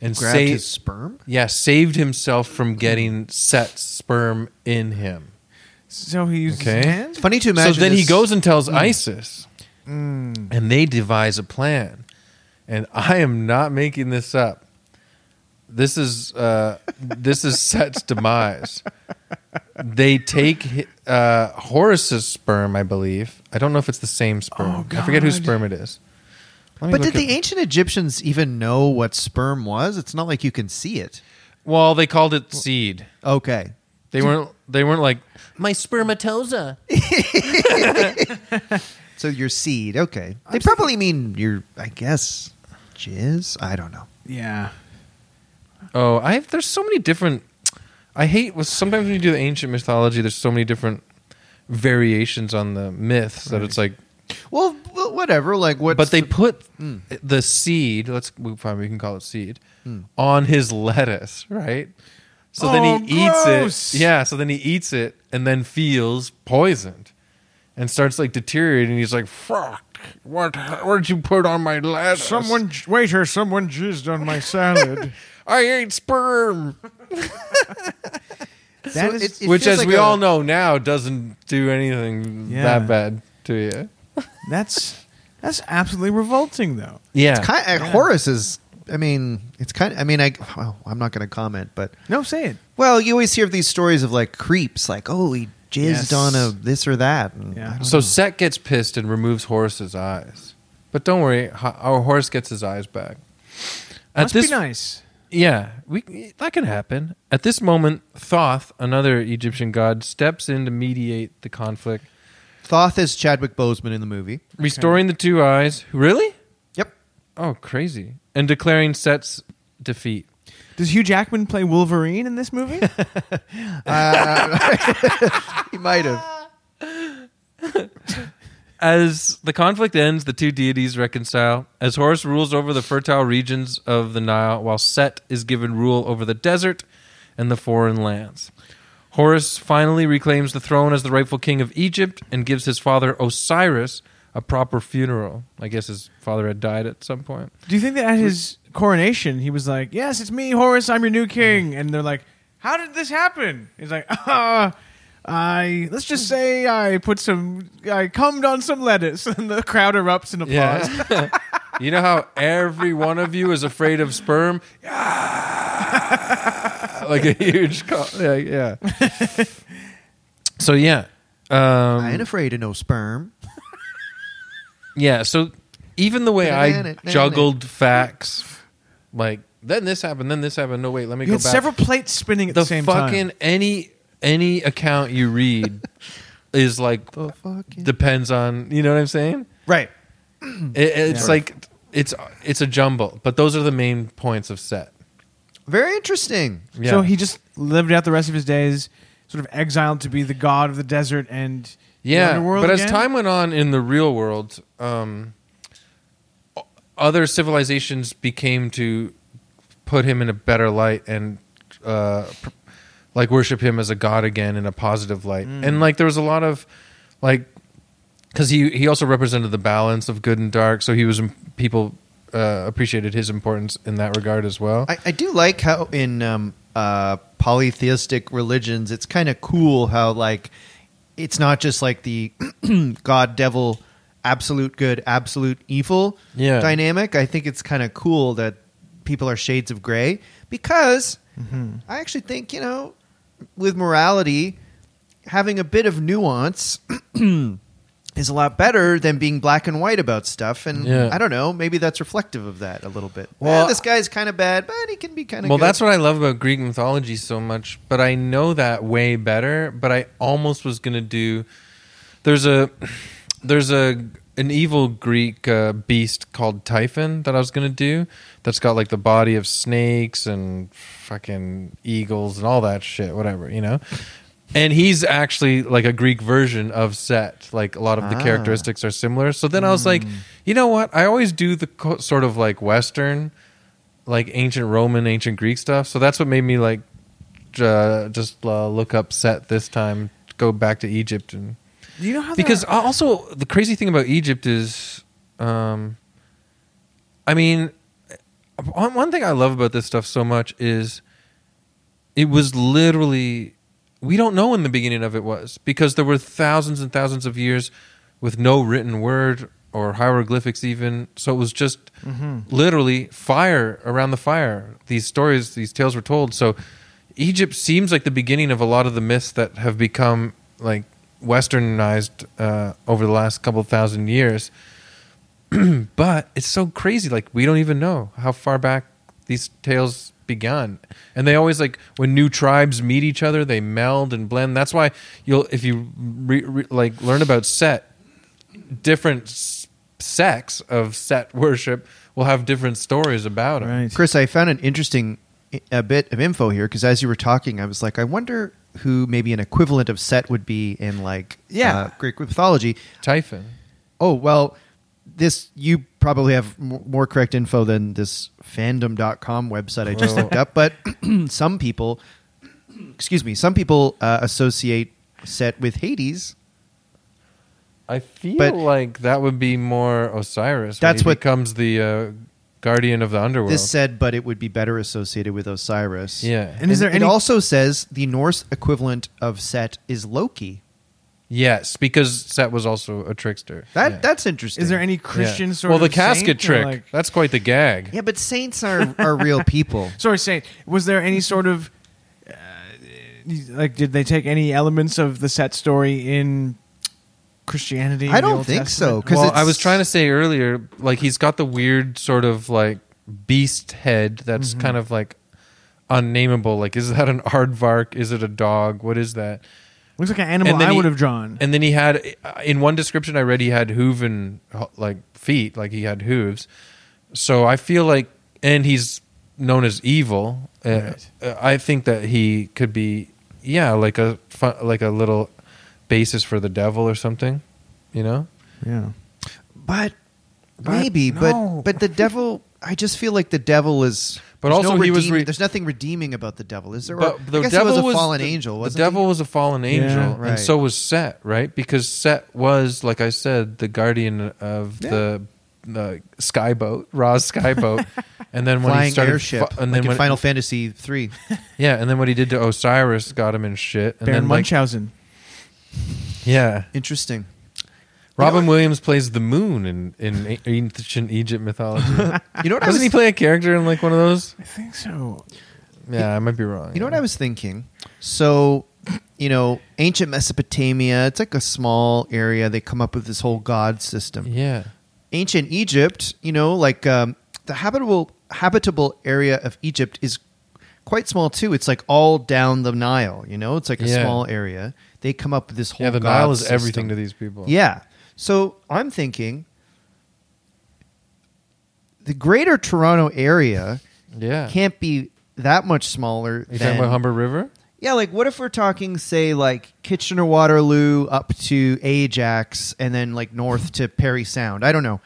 S1: And
S3: Grabbed
S1: saved,
S3: his sperm.
S1: yeah, saved himself from getting set sperm in him.
S2: So he uses
S1: Okay.
S2: his hands?
S3: It's funny to imagine.
S1: so then he
S3: this-
S1: goes and tells ISIS, and they devise a plan. And I am not making this up. This is uh, this is Set's demise. They take uh, Horace's sperm, I believe. I don't know if it's the same sperm.
S2: Oh,
S1: I forget whose
S2: God.
S1: sperm it is. Let me
S3: But
S1: look
S3: did the
S1: it-
S3: ancient Egyptians even know what sperm was? It's not like you can see it.
S1: well, they called it seed.
S3: Okay.
S1: They weren't. They weren't like
S5: My spermatosa.
S3: So your seed. Okay. They probably mean your, I guess, jizz. I don't know.
S2: Yeah.
S1: Oh, I have, there's so many different. I hate was sometimes when you do the ancient mythology. There's so many different variations on the myths that it's like.
S3: Well, well, whatever. Like what?
S1: but they put
S2: Hmm.
S1: the seed. Let's we fine. We can call it seed
S2: Hmm.
S1: on his lettuce, right? So then he
S2: Oh,
S1: eats
S2: gross.
S1: it. Yeah. So then he eats it and then feels poisoned and starts like deteriorating. He's like, "Fuck! What? What did you put on my lettuce?
S2: Someone, j- waiter, someone jizzed on my salad.
S1: I ate sperm."
S3: That
S2: is-
S3: it- it
S1: which,
S3: feels
S1: as
S3: like
S1: we
S3: a-
S1: all know now, doesn't do anything
S2: Yeah.
S1: that bad to you.
S2: that's that's absolutely revolting, though.
S1: Yeah,
S3: Ki uh Horace is. I mean, it's kind. I mean, I. Well, I'm not going to comment, but
S2: No, say it.
S3: well, you always hear of these stories of like creeps, like oh, he jizzed
S2: Yes.
S3: on a this or that. And
S2: Yeah.
S3: I don't
S1: So
S3: know.
S1: Set gets pissed and removes Horace's eyes. But don't worry, Ho- our horse gets his eyes back. At
S2: Must
S1: this,
S2: be nice.
S1: yeah, we that can happen. At this moment, Thoth, another Egyptian god, steps in to mediate the conflict,
S3: Thoth is Chadwick Boseman in the movie.
S1: restoring the two eyes. Really?
S3: Yep.
S1: Oh, crazy! And declaring Set's defeat.
S2: Does Hugh Jackman play Wolverine in this movie?
S3: He might have.
S1: As the conflict ends, the two deities reconcile. As Horus rules over the fertile regions of the Nile, while Set is given rule over the desert and the foreign lands. Horus finally reclaims the throne as the rightful king of Egypt and gives his father Osiris a proper funeral. I guess his father had died at some point.
S2: Do you think that at his coronation he was like, "Yes, it's me, Horus. I'm your new king," and they're like, "How did this happen?" He's like, "Uh, I let's just say I put some, I cummed on some lettuce," and the crowd erupts in applause.
S1: Yeah. you know how every one of you is afraid of sperm? Yeah. like a huge call. Yeah. yeah. so yeah.
S2: Ah.
S3: I ain't
S1: Um,
S3: afraid of no sperm.
S1: yeah. So even the way I juggled facts, like then this happened, then this happened. No wait, let me go
S2: You had
S1: back.
S2: several plates spinning at the,
S1: the
S2: same
S1: fucking
S2: time.
S1: any any account you read is like
S3: The fucking-
S1: depends on you know what I'm saying.
S2: Right.
S1: It, it's
S2: Yeah.
S1: like it's it's a jumble, but those are the main points of set.
S3: Very interesting.
S1: Yeah.
S2: So he just lived out the rest of his days, sort of exiled to be the god of the desert and the
S1: yeah,
S2: underworld
S1: but as
S2: again?
S1: time went on in the real world, um, o- other civilizations became to put him in a better light and uh, pr- like worship him as a god again in a positive light.
S2: Mm.
S1: And like there was a lot of like because he he also represented the balance of good and dark, so he was um, people uh, appreciated his importance in that regard as well.
S3: I, I do like how in um, uh, polytheistic religions, it's kind of cool how like it's not just like the god devil absolute good absolute evil
S1: Yeah.
S3: dynamic. I think it's kind of cool that people are shades of gray because
S1: Mm-hmm.
S3: I actually think you know with morality having a bit of nuance is a lot better than being black and white about stuff. And
S1: Yeah.
S3: I don't know, maybe that's reflective of that a little bit.
S1: Well,
S3: Well, this guy's kind of bad, but he can be kind of
S1: Well,
S3: good.
S1: that's what I love about Greek mythology so much, but I know that way better, but I almost was going to do there's a there's a an evil Greek uh, beast called Typhon that I was going to do that's got like the body of snakes and fucking eagles and all that shit, whatever, you know. And he's actually like a Greek version of Set. Like a lot of the
S3: Ah. Hmm.
S1: characteristics are similar. So then I was like, you know what? I always do the co- sort of like Western like ancient Roman, ancient Greek stuff. So that's what made me like j- uh, just uh, look up Set this time, go back to Egypt, and
S2: Do you know how
S1: because
S2: there-
S1: al- also the crazy thing about Egypt is, um, I mean, one one thing I love about this stuff so much is it was literally we don't know when the beginning of it was because there were thousands and thousands of years with no written word or hieroglyphics even so it was just literally fire around the fire these stories these tales were told so egypt seems like the beginning of a lot of the myths that have become like westernized uh, over the last couple thousand years but it's so crazy like we don't even know how far back these tales began and they always like when new tribes meet each other they meld and blend that's why you'll if you re, re, like learn about set different s- sects of set worship will have different stories about it
S2: right.
S3: Chris, I found an interesting i- a bit of info here because as you were talking, I was like, I wonder who maybe an equivalent of Set would be in like
S2: Yeah.
S3: uh, Greek mythology.
S1: typhon
S3: Oh well, this you probably have m- more correct info than this fandom.com website I just
S1: Well-
S3: looked up. But some people, excuse me, some people uh, associate Set with Hades.
S1: i feel
S3: But-
S1: like that would be more osiris when
S3: That's
S1: he
S3: what-
S1: becomes the uh, guardian of the underworld
S3: This said, but it would be better associated with Osiris.
S1: yeah
S2: And is there
S3: it
S2: any-
S3: also says the Norse equivalent of Set is Loki.
S1: yes because set was also a trickster
S3: That
S1: Yeah.
S3: that's interesting.
S2: Is there any
S1: Yeah.
S2: Christian sort
S1: well the
S2: of
S1: casket
S2: saint or,
S1: trick
S2: like-
S1: that's quite the gag
S3: Yeah, but saints are are real people.
S2: sorry, saint. Was there any sort of uh, like did they take any elements of the set story in Christianity?
S3: I
S2: the
S3: don't
S2: Old
S3: think so,
S2: Testament?
S3: 'cause
S1: well,
S3: it's-
S1: I was trying to say earlier, like he's got the weird sort of like beast head that's
S2: Mm-hmm.
S1: kind of like unnameable. Like, is that an aardvark? Is it a dog? What is that?
S2: looks like an animal I
S1: he-
S2: would have drawn.
S1: And then he had, uh, in one description I read, he had hooven like feet, like he had hooves. So I feel like, and he's known as evil. Uh, uh, I think that he could be, yeah, like a fu- like a little basis for the devil or something. You know,
S2: yeah.
S3: But, maybe,
S1: no.
S3: but but the devil. I just feel like the devil is.
S1: But
S3: there's
S1: also
S3: no
S1: he was
S3: redeem-
S1: re-
S3: there's nothing redeeming about the devil, is there? Or-
S1: but the
S3: I guess
S1: devil
S3: he was a fallen
S1: the,
S3: angel.
S1: The
S3: Wasn't
S1: devil
S3: he?
S1: was a fallen angel,
S3: right.
S1: and so was Set, right? Because Set was, like I said, the guardian of the the skyboat, Ra's skyboat, and then when he
S3: flying
S1: started,
S3: airship,
S1: fi- and
S3: like
S1: then
S3: in
S1: when,
S3: Final Fantasy three.
S1: yeah, and then what he did to Osiris got him in shit, and
S2: Baron
S1: then like,
S2: Munchausen.
S1: yeah,
S3: Interesting.
S1: Robin Williams plays the moon in in a- ancient Egypt mythology.
S3: You know what I was?
S1: Doesn't he play a character in like one of those?
S2: I think so.
S1: Yeah, I might be wrong.
S3: You know what I was thinking? So, you know, ancient Mesopotamia, it's like a small area. They come up with this whole god system.
S1: Yeah,
S3: Ancient Egypt, you know, like um, the habitable habitable area of Egypt is quite small too. It's like all down the Nile, you know? It's like a
S1: Yeah.
S3: small area. They come up with this whole
S1: yeah. The
S3: god
S1: Nile is
S3: system.
S1: everything to these people.
S3: Yeah. So I'm thinking the greater Toronto area
S1: yeah.
S3: can't be that much smaller than
S1: you talking about Humber River?
S3: yeah, like what if we're talking, say, like Kitchener Waterloo up to Ajax and then like north to Perry Sound? I don't know.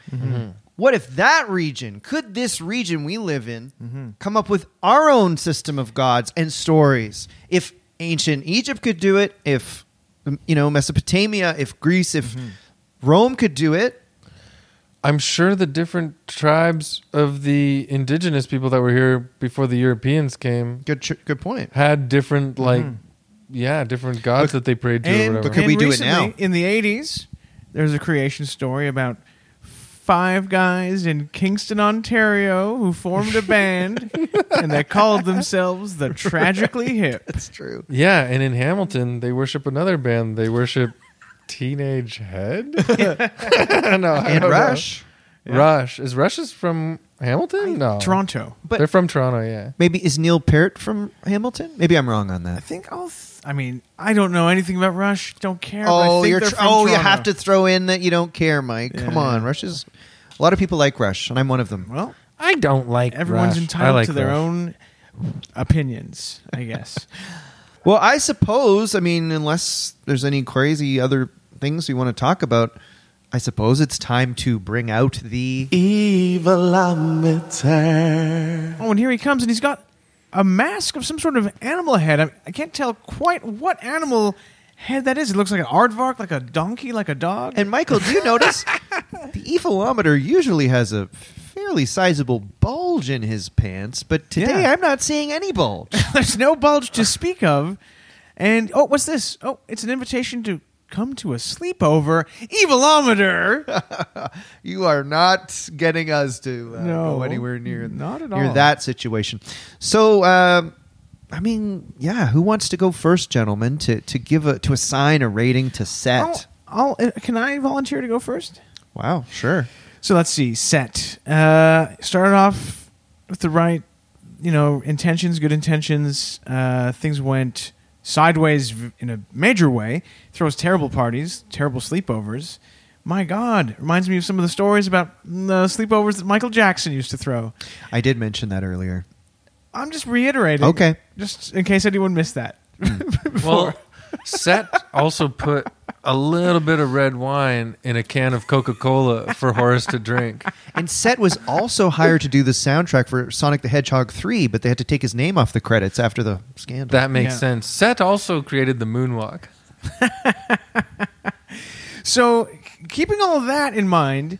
S3: What if that region, could this region we live in, come up with our own system of gods and stories? If ancient Egypt could do it, if, um, you know, Mesopotamia, if Greece, if Rome could do it,
S1: I'm sure the different tribes of the indigenous people that were here before the Europeans came
S3: good, ch- good point.
S1: had different, like, yeah, different gods that they prayed to
S2: And-
S1: or whatever.
S3: Could we
S2: And
S3: do it
S2: recently,
S3: now?
S2: In the '80s, there's a creation story about five guys in Kingston, Ontario, who formed a band and they called themselves the Tragically Hip.
S3: That's true.
S1: yeah, and in Hamilton, they worship another band. They worship Teenage Head? no, I
S3: And
S1: don't know.
S3: Rush.
S1: Rush. Is Rush is from Hamilton? No.
S2: Toronto.
S1: They're from Toronto, yeah.
S3: Maybe is Neil Peart from Hamilton? Maybe I'm wrong on
S2: I
S3: that.
S2: think I'll. Th- I mean, I don't know anything about Rush. Don't care. but I
S3: Oh,
S2: think
S3: you're
S2: they're
S3: tr-
S2: from
S3: oh, you
S2: Toronto.
S3: have to throw in that you don't care, Mike. Come
S2: Yeah.
S3: on, Rush is. A lot of people like Rush, and I'm one of them.
S2: Well,
S1: I don't like
S2: everyone's
S1: Rush. I
S2: entitled
S1: like
S2: to their
S1: Rush.
S2: own opinions, I guess.
S3: Well, I suppose. I mean, unless there's any crazy other things we want to talk about, I suppose it's time to bring out the.
S2: oh, and here he comes, and he's got a mask of some sort of animal head. I, I can't tell quite what animal head that is. It looks like an aardvark, like a donkey, like a dog.
S3: And Michael, do you notice the evilometer usually has a fairly sizable bulge in his pants, but today
S2: Yeah.
S3: I'm not seeing any bulge.
S2: There's no bulge to speak of. And oh, what's this? Oh, it's an invitation to come to a sleepover. Evilometer.
S3: You are not getting us to uh,
S2: No.
S3: go anywhere near
S2: Not at
S3: near
S2: all.
S3: that situation. So, um, I mean, yeah, who wants to go first, gentlemen, to to give a to assign a rating to
S2: I'll,
S3: set?
S2: I'll, uh, can I volunteer to go first?
S3: Wow, sure.
S2: So let's see. Set uh, started off with the right, you know, intentions, good intentions. Uh, things went sideways v- in a major way. Throws terrible parties, terrible sleepovers. My God, reminds me of some of the stories about the sleepovers that Michael Jackson used to throw.
S3: I did mention that earlier.
S2: I'm just reiterating.
S3: Okay.
S2: Just in case anyone missed that.
S1: Well, Set also put a little bit of red wine in a can of Coca Cola for Horace to drink.
S3: And Set was also hired to do the soundtrack for Sonic the Hedgehog 3, but they had to take his name off the credits after the scandal.
S1: That makes
S2: Yeah.
S1: sense. Set also created the moonwalk.
S2: So, c- keeping all of that in mind,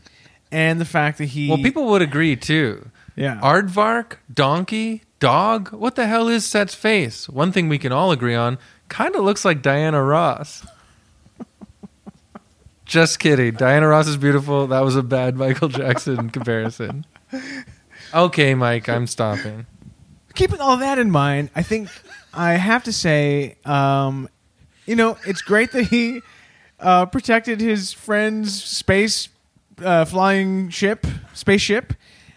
S2: and the fact that he
S1: Well, people would agree too.
S2: Yeah.
S1: Aardvark, donkey, dog. What the hell is Set's face? One thing we can all agree on kind of looks like Diana Ross. Just kidding. Diana Ross is beautiful. That was a bad Michael Jackson comparison. Okay, Mike, I'm stopping.
S2: keeping all that in mind, I think I have to say, um, you know, it's great that he uh, protected his friend's space uh, flying ship, spaceship.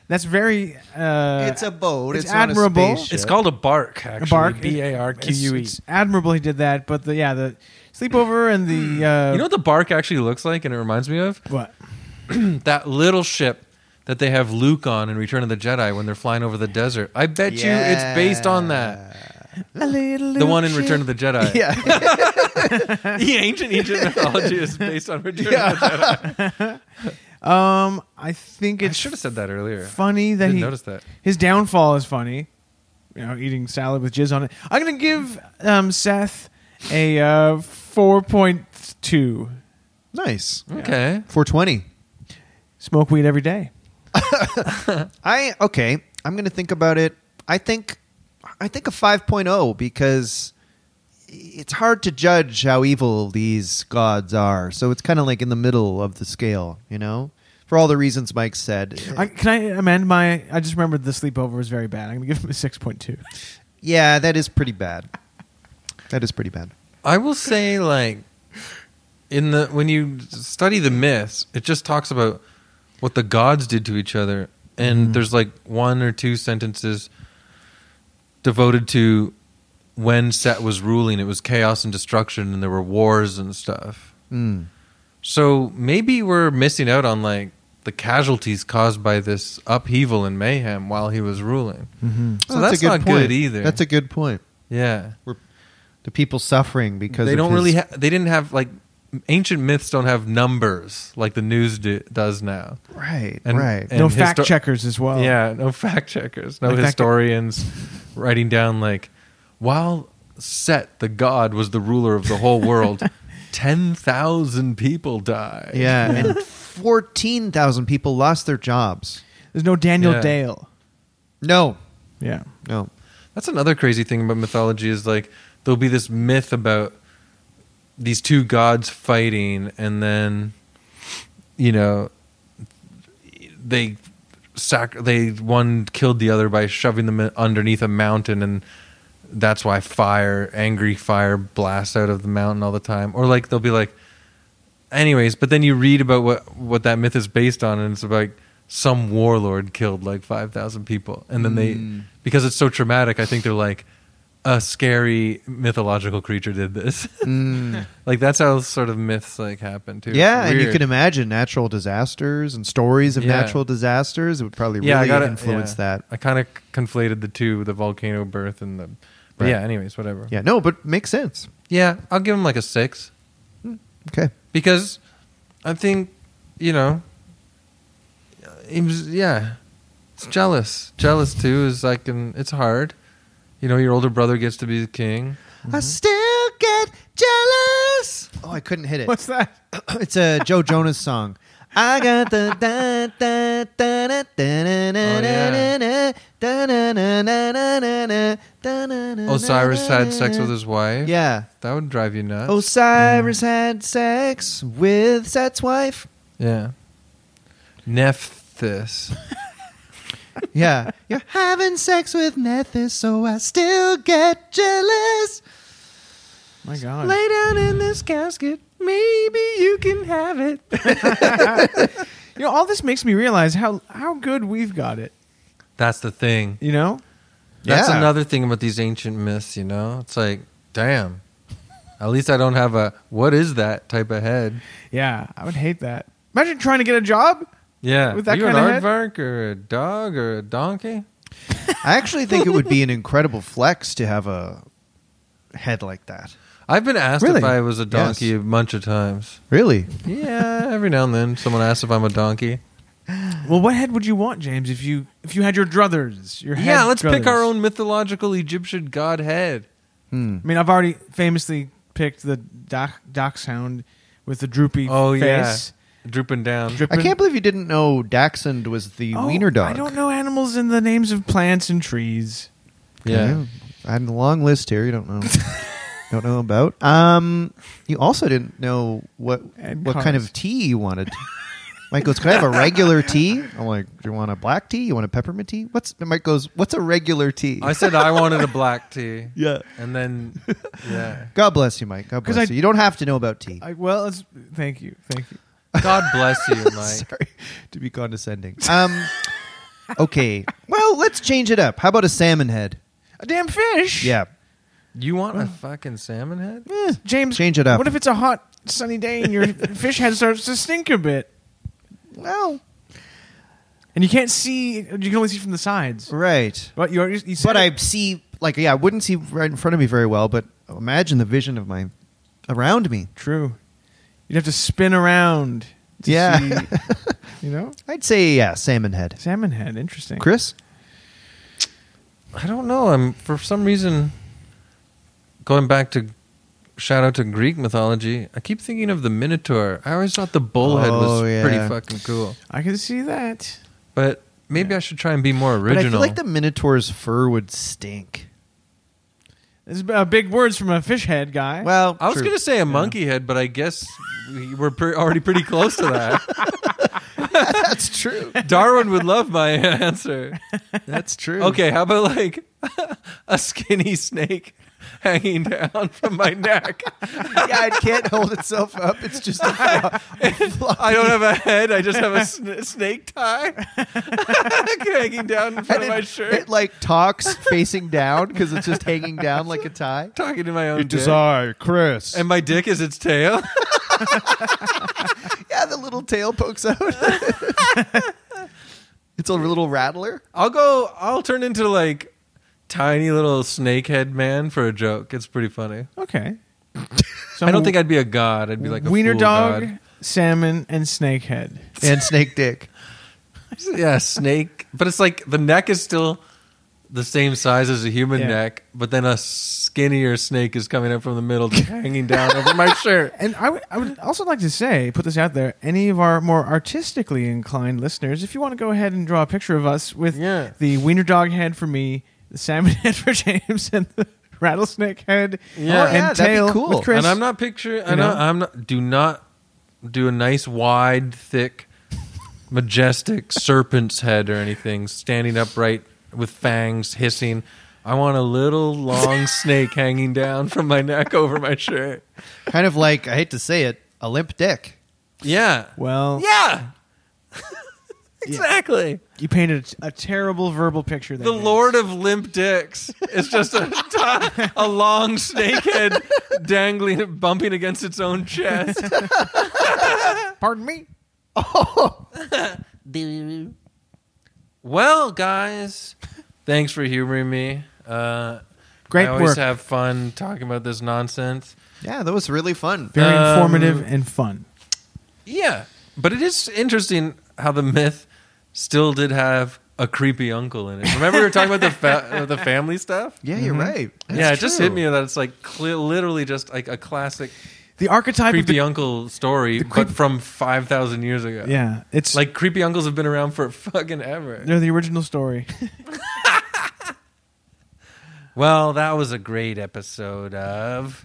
S2: That's very. Uh,
S3: It's a boat.
S2: It's
S3: It's, not a
S2: admirable.
S3: spaceship.
S1: It's called a bark,
S2: a
S1: actually.
S2: bark.
S1: B A R Q U E.
S2: It's- it's Admirable, he did that. But the yeah, the sleepover and the uh,
S1: You know what the bark actually looks like and it reminds me of?
S2: what? Hmm.
S1: That little ship that they have Luke on in Return of the Jedi when they're flying over the desert. I bet you it's based on that. The one in Return of the Jedi.
S3: Yeah.
S1: the ancient Egypt mythology is based on Return of the Jedi.
S2: Um, I think
S1: I
S2: it's
S1: should have said that earlier.
S2: funny that
S1: Didn't
S2: he
S1: notice that.
S2: his downfall is funny. You know, eating salad with jizz on it. I'm gonna give um, Seth a uh, four point two.
S3: nice.
S1: Okay.
S3: 420.
S2: Smoke weed every day.
S3: I okay. I'm gonna think about it. I think I think a 5.0 because it's hard to judge how evil these gods are. So it's kind of like in the middle of the scale, you know, for all the reasons Mike said.
S2: I, can I amend my? I just remembered the sleepover was very bad. I'm gonna give him a six point two.
S3: yeah, that is pretty bad. That is pretty bad.
S1: I will say like in the when you study the myths, it just talks about what the gods did to each other and there's like one or two sentences devoted to when Set was ruling, it was chaos and destruction and there were wars and stuff.
S3: Mm.
S1: So maybe we're missing out on like the casualties caused by this upheaval and mayhem while he was ruling. Mm-hmm. So that's, not
S3: point.
S1: good either.
S3: That's a good point.
S1: yeah
S3: The people suffering because
S1: they
S3: of
S1: don't
S3: his-
S1: really ha- they didn't have like ancient myths don't have numbers like the news do- does now
S3: right,
S1: and-
S3: right.
S1: and
S2: no
S1: histo-
S2: fact checkers as well.
S1: yeah no fact checkers no
S2: Like fact-
S1: historians writing down like while set the god was the ruler of the whole world 10,000 people died
S3: yeah, and fourteen thousand people lost their jobs.
S2: There's no Daniel
S1: Yeah.
S2: Dale.
S3: No,
S2: Yeah.
S3: no.
S1: That's another crazy thing about mythology is like there'll be this myth about these two gods fighting and then you know they sac- they one killed the other by shoving them underneath a mountain and that's why fire angry fire blasts out of the mountain all the time or like they'll be like anyways but then you read about what what that myth is based on and it's about like, some warlord killed like 5000 people and then they because it's so traumatic i think they're like a scary mythological creature did this like that's how sort of myths like happen too
S3: Yeah,
S1: It's
S3: and you
S1: weird.
S3: can imagine natural disasters and stories of
S1: Yeah.
S3: natural disasters. It would probably really
S1: I gotta-
S3: influence
S1: yeah.
S3: that.
S1: i kind of conflated the two the volcano birth and the but
S3: Right.
S1: yeah anyways whatever
S3: Yeah, no, but makes sense.
S1: yeah i'll give him like a six
S3: Okay.
S1: because I think you know he was yeah it's jealous jealous too is like an it's hard you know your older brother gets to be the king
S6: I still get jealous.
S3: Oh, I couldn't hit it.
S2: What's that?
S3: It's a Joe Jonas song.
S6: I got the da da da da da da da
S1: Oh,
S6: da da da da da da da da da da da.
S1: Osiris had sex with Mm. his wife
S3: Yeah.
S1: that would drive you nuts
S6: Osiris had sex with Set's wife.
S1: yeah Nephthys
S3: Yeah. Yeah.
S6: You're having sex with Nethys, so I still get jealous.
S2: My God.
S6: Lay down in this casket. Maybe you can have it.
S2: You know, all this makes me realize how how good we've got it.
S1: that's the thing
S2: You know,
S1: that's
S3: Yeah.
S1: another thing about these ancient myths you know it's like damn at least I don't have a what is that type of head
S2: yeah, I would hate that. Imagine trying to get a job.
S1: yeah
S2: With that
S1: you an
S2: kinda head?
S1: aardvark or a dog or a donkey
S3: I actually think it would be an incredible flex to have a head like that.
S1: I've been asked
S2: Really?
S1: if I was a donkey a bunch of times.
S3: Really?
S1: Yeah, every now and then someone asks if I'm a donkey.
S2: Well, what head would you want, James? If you if you had your druthers, your
S1: yeah,
S2: head
S1: let's pick
S2: druthers?
S1: our own mythological Egyptian god head.
S3: Hmm.
S2: I mean, I've already famously picked the doc dachshund with the droopy
S1: Oh
S2: face.
S1: yeah, drooping down.
S2: Dripping.
S3: I can't believe you didn't know Dachshund was the
S2: Oh,
S3: wiener dog.
S2: I don't know animals and the names of plants and trees.
S1: yeah.
S3: I had a long list here. You don't know. don't know about. Um, you also didn't know what
S2: And
S3: what kind
S2: cars.
S3: of tea you wanted. Mike goes, "Can I have a regular tea?" I'm like, "Do you want a black tea? You want a peppermint tea?" What's and Mike goes, "What's a regular tea?"
S1: I said I wanted a black tea.
S3: Yeah.
S1: And then, yeah.
S3: God bless you, Mike. God
S2: 'Cause
S3: bless
S2: I-
S3: you. You don't have to know about tea.
S2: I, well, it's, thank you, thank you.
S1: God bless you, Mike.
S3: Sorry to be condescending. Um, okay. Well, let's change it up. How about a salmon head?
S2: A damn fish.
S3: Yeah.
S1: You want a fucking salmon head?
S2: Eh, James,
S3: Change it up.
S2: What if it's a hot sunny day and your fish head starts to stink a bit,
S3: Well,
S2: and you can't see? You can only see from the sides.
S3: right.
S2: But you, already- you said
S3: But
S2: it.
S3: I see, like, yeah, I wouldn't see right in front of me very well. But imagine the vision of my around me.
S2: True. You'd have to spin around. To
S3: Yeah.
S2: See, you know,
S3: I'd say yeah, salmon head.
S2: salmon head. Interesting.
S3: Chris,
S1: I don't know. I'm for some reason going back to shout out to Greek mythology. I keep thinking of the Minotaur. I always thought the bull head was
S3: Oh, yeah.
S1: pretty fucking cool,
S2: I can see that.
S1: but maybe I should try and be more
S3: but I
S1: original.
S3: feel like the minotaur's fur would stink.
S2: It's uh, big words from a fish head guy.
S3: Well,
S1: I was
S3: true.
S1: gonna say a monkey head, but I guess we we're pre- already pretty close to that.
S3: that's true.
S1: Darwin would love my answer.
S3: That's true.
S1: Okay, how about like a skinny snake hanging down from my neck?
S3: yeah, it can't hold itself up. It's just a
S1: I don't have a head. I just have a sn- snake tie hanging down in front of my
S3: it,
S1: shirt.
S3: it, like talks facing down because it's just hanging down like a tie.
S1: talking to my own dick.
S3: I, Chris.
S1: And my dick is its tail.
S3: yeah, the little tail pokes out. it's a little rattler.
S1: I'll go. I'll turn into like tiny little snakehead man for a joke. It's pretty funny.
S2: okay. So
S1: I don't think I'd be a god. I'd be like a
S2: Oh. wiener
S1: fool
S2: dog,
S1: god.
S2: salmon, and snake head.
S3: And snake dick.
S1: Yeah, snake. But it's like the neck is still the same size as a human
S2: Yeah.
S1: neck, but then a skinnier snake is coming up from the middle, just hanging down over my shirt.
S2: And I would, I would also like to say, put this out there, any of our more artistically inclined listeners, if you want to go ahead and draw a picture of us with
S1: Yeah.
S2: the wiener dog head for me, the salmon head for James, and the rattlesnake head
S1: Yeah. Oh,
S2: and
S3: yeah, that'd be
S2: tail
S3: cool.
S2: with Chris.
S1: and I'm not picturing. I
S2: You
S1: know.
S2: know?
S1: I'm not. Do not do a nice, wide, thick, majestic serpent's head or anything standing upright with fangs hissing. I want a little long snake hanging down from my neck over my shirt.
S3: Kind of like, I hate to say it, a limp dick.
S1: Yeah.
S2: well,
S1: Yeah. exactly.
S2: you painted a, a terrible verbal picture. There,
S1: The
S2: James.
S1: Lord of Limp Dicks is just a, ti- a long snake head dangling, bumping against its own chest.
S2: Pardon me.
S1: Well, guys, thanks for humoring me. Uh,
S2: Great
S1: I always
S2: work.
S1: have fun talking about this nonsense.
S3: Yeah, that was really fun.
S2: Very
S1: Um,
S2: informative and fun.
S1: Yeah, but it is interesting how the myth still did have a creepy uncle in it. Remember we were talking about the fa- uh, the family stuff?
S3: Yeah, you're right.
S1: yeah, it
S3: That's
S1: just
S3: true.
S1: hit me that it's like clear, literally just like a classic
S2: The archetype of
S1: creepy
S2: the,
S1: uncle story,
S2: creep-
S1: but from five thousand years ago.
S2: yeah, it's
S1: like creepy uncles have been around for fucking ever.
S2: they're the original story.
S1: Well, that was a great episode of.